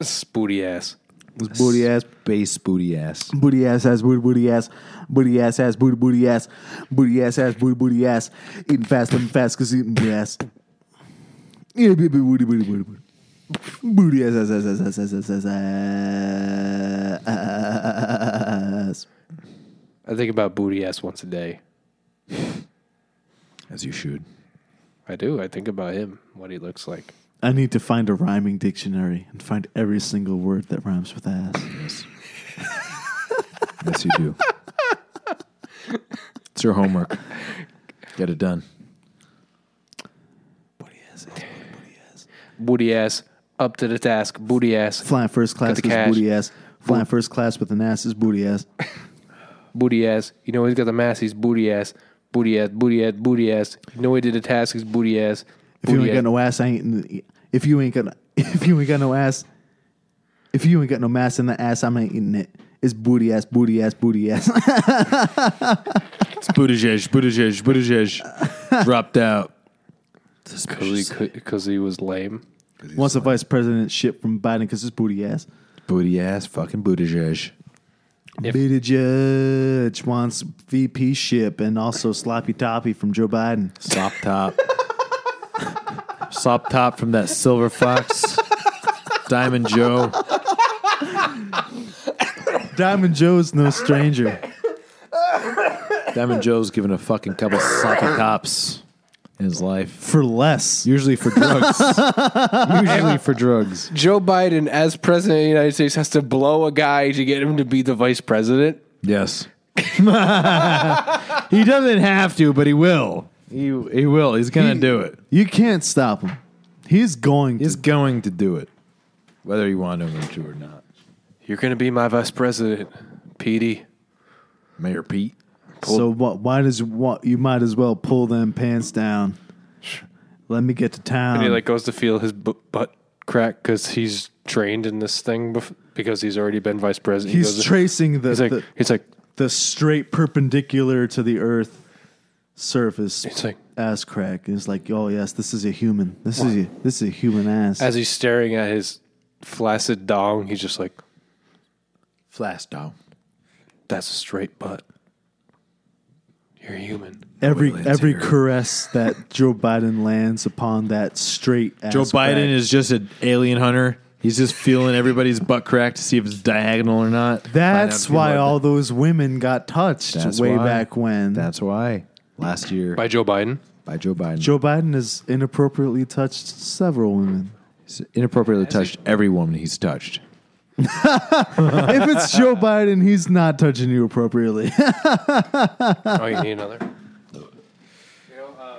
S1: spooty ass.
S4: This booty ass,
S3: Space booty ass.
S4: booty ass ass, booty booty ass, booty ass ass, booty booty ass, booty ass ass, booty booty ass. Eating fast, living fast, cause eating booty ass. Yeah, booty booty booty booty booty. Booty ass ass ass ass ass ass ass ass. ass.
S1: I think about booty ass once a day.
S3: As you should.
S1: I do. I think about him, what he looks like.
S4: I need to find a rhyming dictionary and find every single word that rhymes with ass.
S3: Yes. yes, you *laughs* do. It's your homework. Get it done.
S1: Booty ass up to the task. Booty ass.
S4: Flying first class
S1: Got
S4: is
S1: the cash.
S4: booty ass. Flying first class with an ass is booty ass.
S1: Booty ass. You know he's got the mask. He's booty ass. Booty ass. Booty ass. Booty ass. You know he did the task. He's booty ass.
S4: If you
S3: Oh,
S1: Booty
S4: ain't
S1: ass.
S4: got no ass, I ain't. *laughs* If you ain't got, if you ain't got no ass, if you ain't got no mass in the ass, I'm ain't eating it. is booty ass, booty ass, booty ass.
S3: It's Buttigieg, Buttigieg, Buttigieg. dropped out.
S1: Because he, was lame.
S4: *laughs* Wants a vice president shit from Biden because it's booty ass.
S3: Booty ass, fucking Buttigieg.
S4: Beta Judge wants VP ship and also sloppy toppy from Joe Biden.
S3: Sop top. Sop top from that silver fox. Diamond Joe.
S4: *laughs* Diamond Joe's no stranger.
S3: Diamond Joe's given a fucking couple soppy tops in his life.
S4: For less.
S3: Usually for drugs. Usually for drugs.
S1: Joe Biden, as president of the United States, has to blow a guy to get him to be the vice president.
S3: Yes.
S5: He doesn't have to, but he will.
S3: He, he will. He's going to do it.
S4: You can't stop him. He's going to.
S3: He's going to do it. Whether you want him to or not.
S1: You're going to be my vice president, Petey.
S3: Mayor Pete.
S4: So what? Why does you want? You might as well pull them pants down. Let me get to town.
S1: And he like goes to feel his bu- butt crack because he's trained in this thing bef- because he's already been vice president. he
S4: he's
S1: goes,
S4: tracing the,
S1: he's like
S4: the
S1: he's like
S4: the straight perpendicular to the earth surface
S1: he's like
S4: ass crack. Is like, oh yes, this is a human. This is a, this is a human ass.
S1: as he's staring at his flaccid dong, he's just like
S3: Flash down.
S1: that's a straight butt. You're human.
S4: every
S3: Woodlands
S4: every
S3: here.
S4: caress
S1: *laughs*
S4: that Joe Biden lands upon that straight. Ass
S3: Joe
S4: crack.
S3: Biden is just an alien hunter. He's just feeling everybody's butt crack to see if it's diagonal or not.
S4: That's
S3: Find out if
S4: why
S3: you like
S4: all those women got touched
S3: That's
S4: way
S3: why.
S4: back when.
S3: it. That's why. Last year by,
S1: By Joe Biden.
S3: Joe Biden.
S4: Joe Biden has inappropriately touched several women. *laughs*
S3: He's inappropriately touched every woman he's touched.
S4: if it's Joe Biden, he's not touching you appropriately. *laughs*
S1: Oh, you need *laughs* another. You know, um,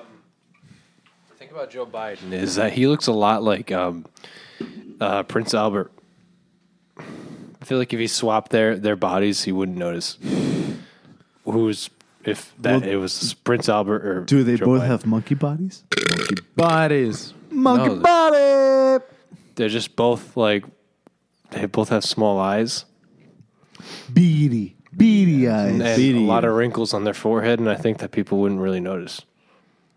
S1: the thing about Joe Biden is that he looks a lot like um, uh, Prince Albert. I feel like if he swapped their their bodies, he wouldn't notice. Who's if that it was Prince Albert or
S4: Do they
S1: Joe
S4: both
S1: Biden.
S4: have monkey bodies?
S3: Bodies.
S4: Monkey
S1: No.
S4: body.
S1: They're just both like they both have small eyes
S4: Beady. Beady eyes.
S1: and a lot of wrinkles on their forehead, and I think that people wouldn't really notice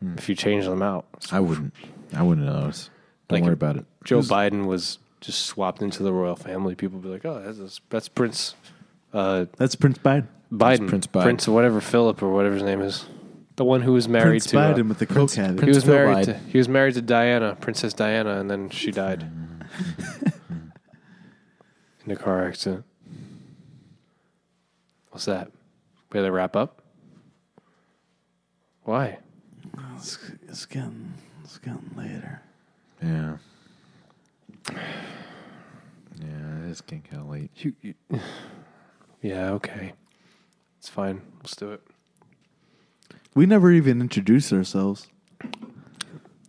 S4: Hmm.
S1: if you change them out.
S3: I wouldn't. I wouldn't notice. Don't
S1: Like
S3: worry
S1: a-
S3: about it.
S1: Joe Biden was just swapped into the royal family, people be like, "Oh, that's that's, that's Prince uh,
S4: That's Prince Biden.
S1: Biden,
S3: Prince Biden.
S1: Prince whatever Philip or whatever his name is, the one who was married
S4: Prince
S1: to." uh,
S4: Biden with the coke habit.
S1: he was
S3: Phil
S1: married. To,
S3: Biden.
S1: he was married to Diana, Princess Diana, and then
S4: *laughs*
S1: she died in a car accident. What's that? We had to wrap up. Why?
S4: it's, it's getting, it's getting later.
S3: Yeah. Yeah, it's getting kind of late.
S1: You, you, yeah. Okay. It's fine. Let's do it.
S4: We never even introduced ourselves.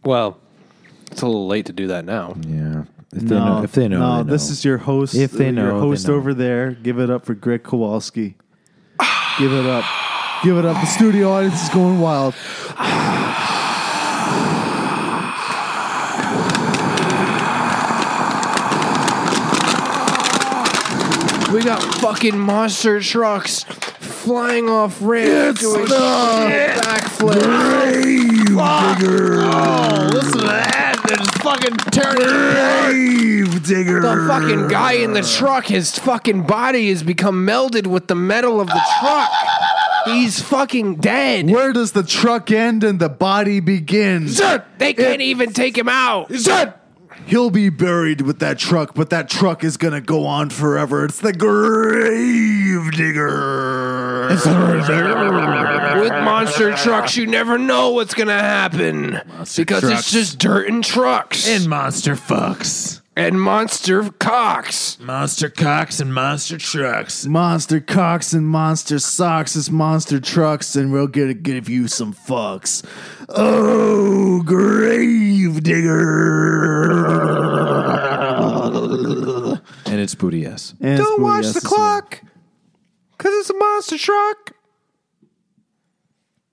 S1: Well, it's a little late to do that now.
S3: Yeah. If they know, if they know,
S4: no,
S3: they
S4: this
S3: know.
S4: is your host.
S3: If they know,
S4: your
S3: they
S4: host
S3: know.
S4: over there. Give it up for Greg Kowalski. Give it up. Give it up. The studio audience is going wild.
S6: We got fucking monster trucks flying off ramps doing shit backflips. Oh,
S5: Listen to that. They're just fucking turning
S6: The fucking guy in the truck, his fucking body has become melded with the metal of the truck. He's fucking dead.
S4: Where does the truck end and the body begin?
S6: They can't even take him out.
S4: He'll be buried with that truck, but that truck is gonna go on forever. It's the grave digger.
S6: With monster trucks, you never know what's gonna happen because it's just dirt and trucks
S5: and monster fucks.
S6: and monster cocks.
S5: Monster cocks and monster trucks.
S4: Monster cocks and monster socks is monster trucks, and we're gonna give you some fucks. Oh, grave digger.
S3: and it's booty ass.
S4: Don't watch the clock.
S6: because it's a monster truck.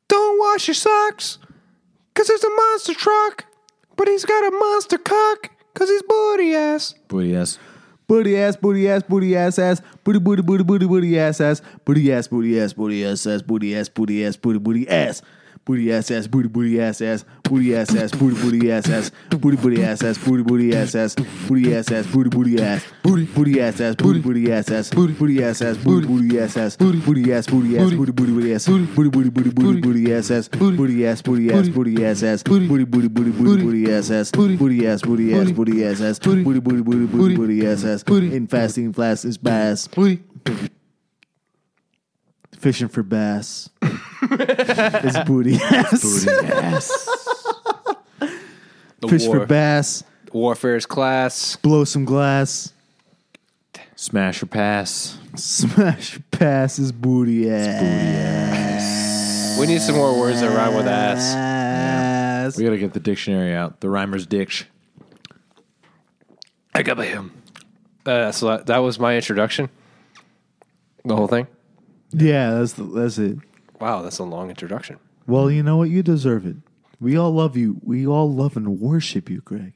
S6: Don't wash your socks because it's a monster truck, but he's got a monster cock because he's booty ass.
S3: Booty ass.
S4: Booty ass, booty ass, booty ass ass, booty booty booty booty booty ass ass, booty ass, booty ass, booty ass ass, booty ass, booty ass, booty booty ass. Booty ass ass booty booty ass ass booty ass ass booty booty ass ass booty booty ass ass booty booty ass ass booty ass ass booty booty ass booty booty ass ass booty booty ass ass booty booty ass ass booty booty ass ass booty booty ass booty ass booty booty booty ass booty booty booty booty booty ass ass booty ass booty ass booty ass ass booty booty booty booty booty ass ass booty ass booty ass booty ass ass booty booty booty booty booty ass ass in fasting flask is bass booty fishing for
S1: *laughs*
S4: bass it's booty *laughs* ass booty
S1: The
S4: fish for
S1: war,
S4: bass
S1: warfare's class.
S4: blow some glass
S5: Smash or pass.
S4: smash pass is booty ass
S1: We need some more words that rhyme with ass.
S4: ass.
S5: We gotta get the dictionary out. The rhymer's ditch.
S1: I got by him. Uh, so that, that was my introduction. The whole thing.
S4: Yeah, that's the, that's it.
S1: Wow, that's a long introduction.
S4: Well, you know what? You deserve it. We all love you. We all love and worship you, Greg.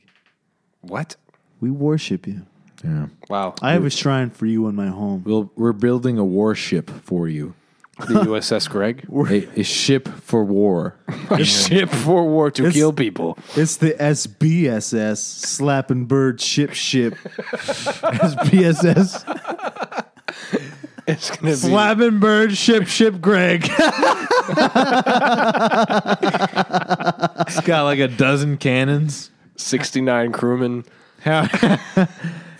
S1: What?
S4: We worship you.
S3: Yeah.
S1: Wow.
S4: I have a shrine for you in my home.
S3: We'll, we're building a warship for you.
S1: the USS Greg.
S3: A, a ship
S4: *laughs*
S3: for war.
S1: A ship for war to
S4: It's-
S1: kill people.
S4: It's the SBSS slapping bird ship ship. *laughs* SBSS
S1: It's gonna be
S5: Slapping bird, ship, ship,
S3: *laughs*
S5: Greg. it's got like a dozen cannons.
S1: sixty-nine crewmen.
S4: Four-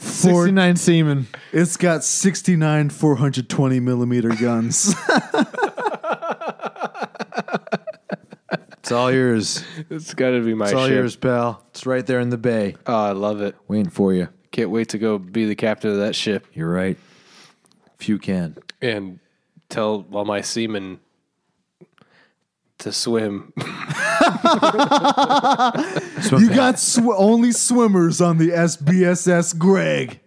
S5: 69 seamen.
S4: It's got 69 420 millimeter *laughs* guns.
S5: It's *laughs* all yours.
S1: It's gotta be my
S5: It's all
S1: ship.
S5: yours, pal. It's right there in the bay.
S1: Oh, I love it.
S3: Waiting for you.
S1: Can't wait to go be the captain of that ship
S3: You're right. If you can.
S1: and tell all my seamen to swim. *laughs*
S4: you got sw- only swimmers on the SBSS Greg.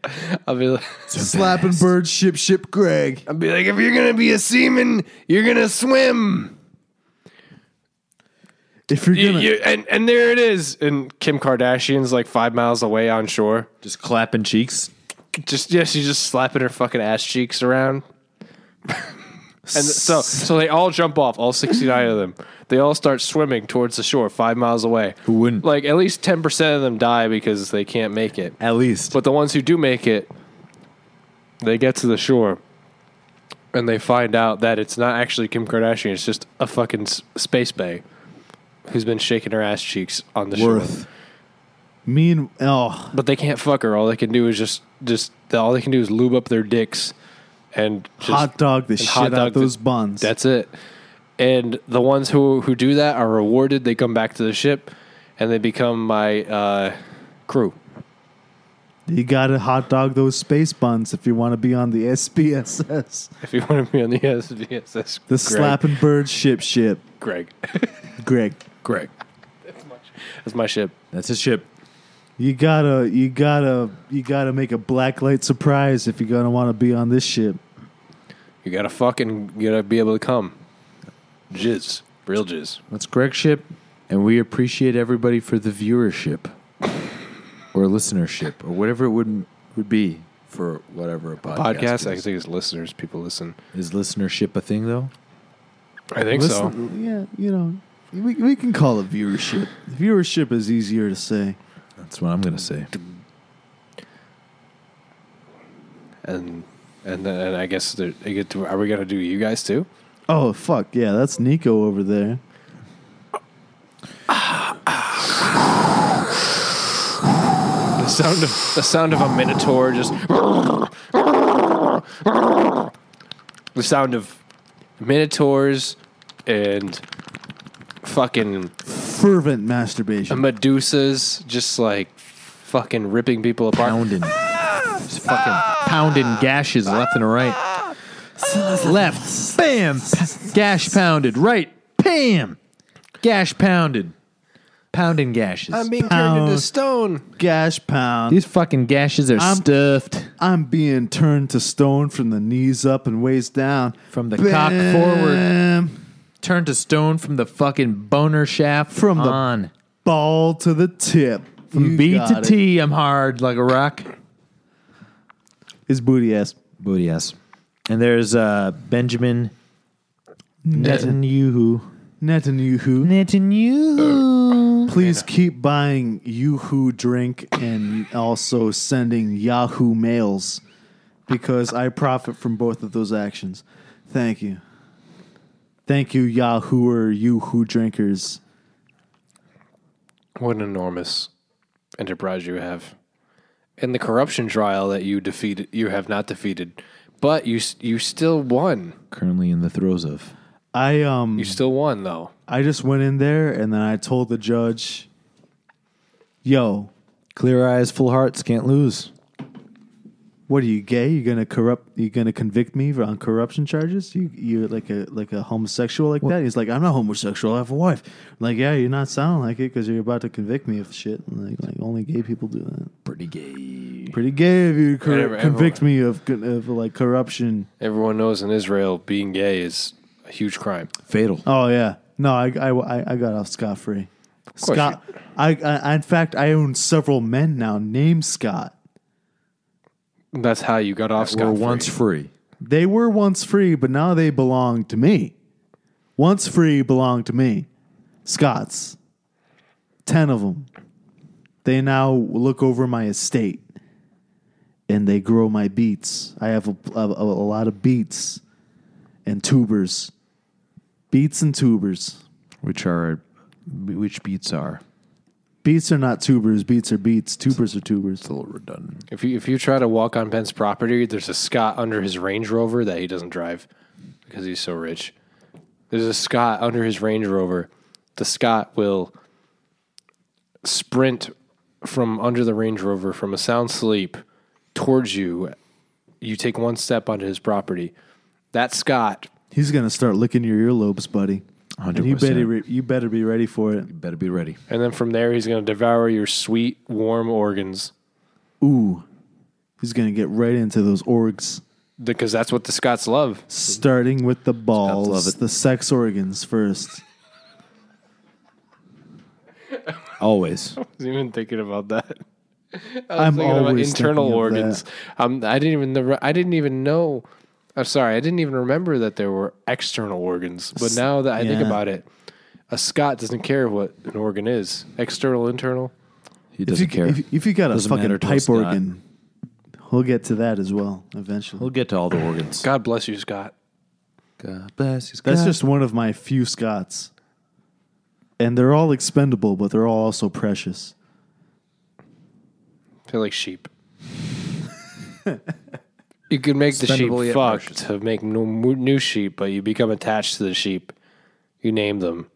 S1: I'll be like,
S4: Slapping bird ship ship Greg.
S1: I'll be like, if you're gonna be a seaman, you're gonna swim.
S4: If you're
S1: You-
S4: gonna
S1: you- and and there it is. And Kim Kardashian's like five miles away on shore.
S5: Just clapping cheeks.
S1: Just yeah, she's just slapping her fucking ass cheeks around. *laughs* And so, so they all jump off, all 69 of them. They all start swimming towards the shore, five miles away. Who
S5: wouldn't?
S1: Like, at least 10% of them die because they can't make it.
S5: At least.
S1: But the ones who do make it, they get to the shore and they find out that it's not actually Kim Kardashian. It's just a fucking s- space bay who's been shaking her ass cheeks on the shore.
S4: worth. Me and oh,
S1: But they can't fuck her. All they can do is just, just all they can do is lube up their dicks and just
S4: hot dog the
S1: and
S4: shit
S1: hot dog
S4: out
S1: the-
S4: those buns.
S1: That's it. And the ones who who do that are rewarded. They come back to the ship, and they become my uh, crew.
S4: you gotta hot dog those space buns if you want to be on the SBSS.
S1: If you *laughs* want to be on the SVSS,
S4: The slapping bird ship ship
S1: Greg. *laughs*
S4: Greg.
S5: Greg.
S1: That's my ship.
S5: That's his ship.
S4: You gotta you gotta you gotta make a blacklight surprise if you're gonna want to be on this ship.
S1: You gotta fucking you gotta be able to come. Jizz, real jizz.
S3: That's Greg's ship. And we appreciate everybody for the viewership or listenership or whatever it would, would be for whatever a podcast,
S1: Podcast. I
S3: is.
S1: think it's listeners. People listen.
S3: Is listenership a thing, though?
S1: I think so.
S4: Listen- Yeah, you know, we we can call it viewership. Viewership is easier to say.
S3: That's what I'm going to say.
S1: And and then and I guess there- they get to, are we gonna do you guys too?
S4: Oh fuck yeah, that's Nico over there.
S1: The sound of the sound of a minotaur just the sound of minotaurs and fucking
S4: Fervent masturbation.
S1: medusas just like fucking ripping people apart.
S5: Pounding. Just fucking pounding gashes left and right. left. Bam. Gash pounded. Right. Bam. Gash pounded. Pounding gashes.
S1: being
S4: turned into
S1: stone.
S4: Gash pound.
S5: These fucking gashes are
S4: I'm-
S5: stuffed
S4: I'm being turned to stone from the knees up and waist down.
S5: from the cock forward,
S4: Bam.
S5: turned to stone from the fucking boner shaft
S4: From the-
S5: on.
S4: Ball to the tip.
S5: From
S4: You
S5: B
S4: got
S5: to
S4: it.
S5: T, I'm hard like a rock.
S4: His booty ass.
S3: Booty ass. And there's uh, Benjamin Netanyahu.
S4: Netanyahu.
S3: Netanyahu.
S4: Please keep buying Yoo-Hoo drink and also sending Yahoo mails because I profit from both of those actions. Thank you. Thank you, Yahoo or Yoo-Hoo drinkers.
S1: What an enormous enterprise you have. And the corruption trial that you defeated, you have not defeated, but you s- you still won.
S3: Currently in the throes of.
S4: I um
S1: You still won though.
S4: I just went in there and then I told the judge, "Yo,
S3: Clear eyes, full hearts, can't lose.
S4: what are you gay? You gonna corrupt? You gonna convict me for- on corruption charges? You you like a like a homosexual like that?" He's like, "I'm not homosexual. I have a wife." I'm like, yeah, you're not sounding like it because you're about to convict me of shit. And like, like only gay people do that.
S3: Pretty gay.
S4: Pretty gay if you cor-
S1: Everyone-
S4: convict me of con- of like corruption.
S1: Everyone knows in Israel being gay is a huge crime.
S3: Fatal.
S4: Oh yeah, no, I I I, I got off scot free.
S1: course
S4: Scott, I, I in fact I own several men now named Scott.
S1: That's how you got off
S3: We're
S1: scot
S3: once
S1: free.
S3: free.
S4: They were once free, but now they belong to me. Once free belong to me. Scots. Ten of them. They now look over my estate and they grow my beets. I have a, a, a lot of beets and tubers. Beets and tubers.
S3: Which are, which beats are.
S4: Beets are not tubers. Beets are beets. Tubers are tubers.
S3: A little redundant.
S1: If you if you try to walk on Ben's property, there's a Scot under his Range Rover that he doesn't drive because he's so rich. There's a Scot under his Range Rover. The Scot will sprint from under the Range Rover from a sound sleep towards you. You take one step onto his property. That Scot
S4: He's going to start licking your earlobes, buddy. And you
S3: 100%.
S4: better, re- you better be ready for it.
S3: Better be ready.
S1: And then from there, he's going to devour your sweet, warm organs
S4: Ooh, he's gonna get right into those orgs,
S1: because that's what the Scots love.
S4: starting with the balls,
S3: love it.
S4: the sex organs first.
S3: Always.
S1: I was even thinking about that. *laughs* I
S4: I'm
S1: was thinking about
S4: always
S1: internal
S4: thinking of
S1: organs. Um, I didn't even. the- I didn't even know. I'm sorry. I didn't even remember that there were external organs. But now that I think
S4: yeah.
S1: about it, a Scot doesn't care what an organ is. External, internal.
S3: He
S4: If
S3: doesn't
S4: you,
S3: care.
S4: If, if you got a
S3: Doesn't matter
S4: fucking
S3: to
S4: pipe
S3: us, Scott.
S4: organ, he'll get to that as well eventually.
S3: we'll get to all the organs.
S1: God bless you, Scott.
S3: God bless you, Scott.
S4: That's just one of my few Scots, and they're all expendable, but they're all also precious.
S1: They're
S4: *laughs*
S1: like sheep. you can make the sheep
S3: Spendable yet
S1: fuck
S3: precious.
S1: to make new, new sheep, but you become attached to the sheep. You name them.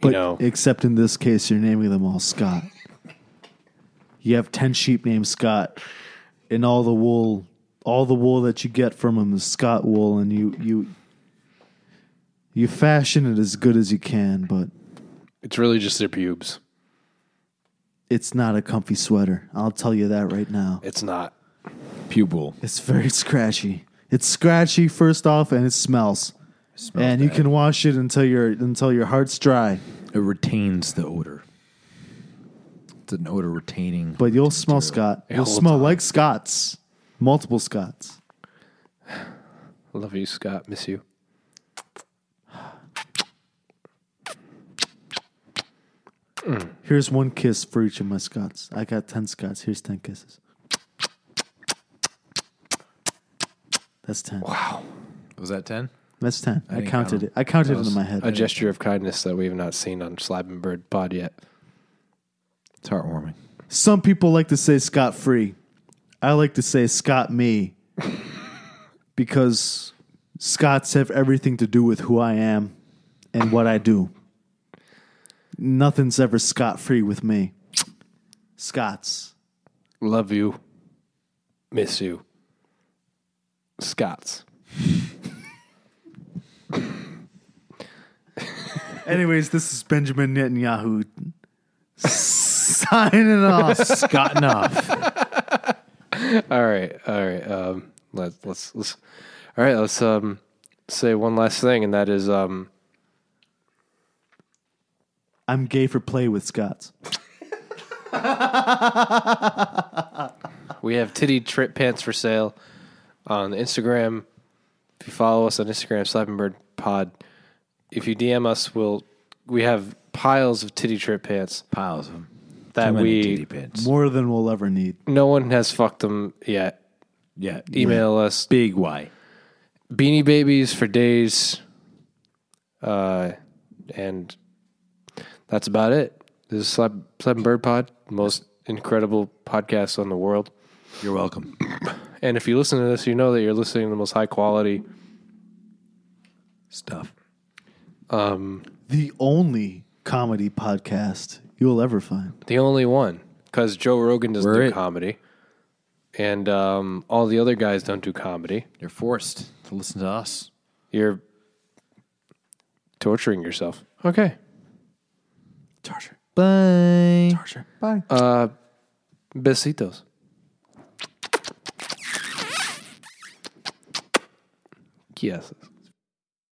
S4: But
S1: you know,
S4: except in this case, you're naming them all Scott. You have ten sheep named Scott, and all the wool, all the wool that you get from them is Scott wool, and you you you fashion it as good as you can, but
S1: it's really just their pubes.
S4: it's not a comfy sweater. I'll tell you that right now.
S1: It's not.
S3: pubal.
S4: It's very scratchy. It's scratchy first off, and it smells. and you can wash it until your until your heart's dry,
S3: It retains the odor. It's an odor retaining.
S4: but you'll smell Scott. You'll
S1: holds
S4: smell like Scots, multiple Scots.
S1: I love you, Scott. Miss you.
S4: Here's one kiss for each of my Scots. I got 10 Scots. Here's 10 kisses. That's 10.
S3: was that ten?
S4: That's 10. I,
S3: didn't count
S4: counted
S3: them.
S4: it. I counted it
S3: was
S4: in my head.
S1: A gesture of kindness that we have not seen on Slab and Bird Pod yet.
S3: It's heartwarming.
S4: Some people like to say Scott free. I like to say Scott
S3: *laughs*
S4: me because Scots have everything to do with who I am and what I do. Nothing's ever Scott free with me. Scots.
S1: Love you. Miss you. Scots.
S4: Anyways, this is Benjamin Netanyahu signing off.
S3: Gotten off.
S1: All right, all right. Um, let's let's let's. All right, let's um say one last thing, and that is um
S4: I'm gay for play with Scots.
S1: we We have titty trip pants for sale on Instagram. If you follow us on Instagram, Slappenbird Pod. If you DM us, we'll we have piles of titty trip pants
S3: Piles of them.
S1: that we
S4: More than we'll ever need.
S1: no one has fucked them yet.
S3: Yeah. e-
S1: Email us
S3: Big Y.
S1: beanie babies for days. Uh, and that's about it. This is Slap, Slap and Bird Pod, most incredible podcast on the world.
S3: You're welcome.
S1: And if you listen to this, you know that you're listening to the most high quality.
S3: Stuff.
S1: um,
S4: The only comedy podcast you'll ever find.
S1: The only one, because Joe Rogan doesn't
S3: We're
S1: do
S3: it.
S1: comedy, and um, all the other guys don't do comedy.
S3: You're forced to listen to us.
S1: You're torturing yourself. Okay.
S5: Bye.
S1: Uh, besitos. Yes.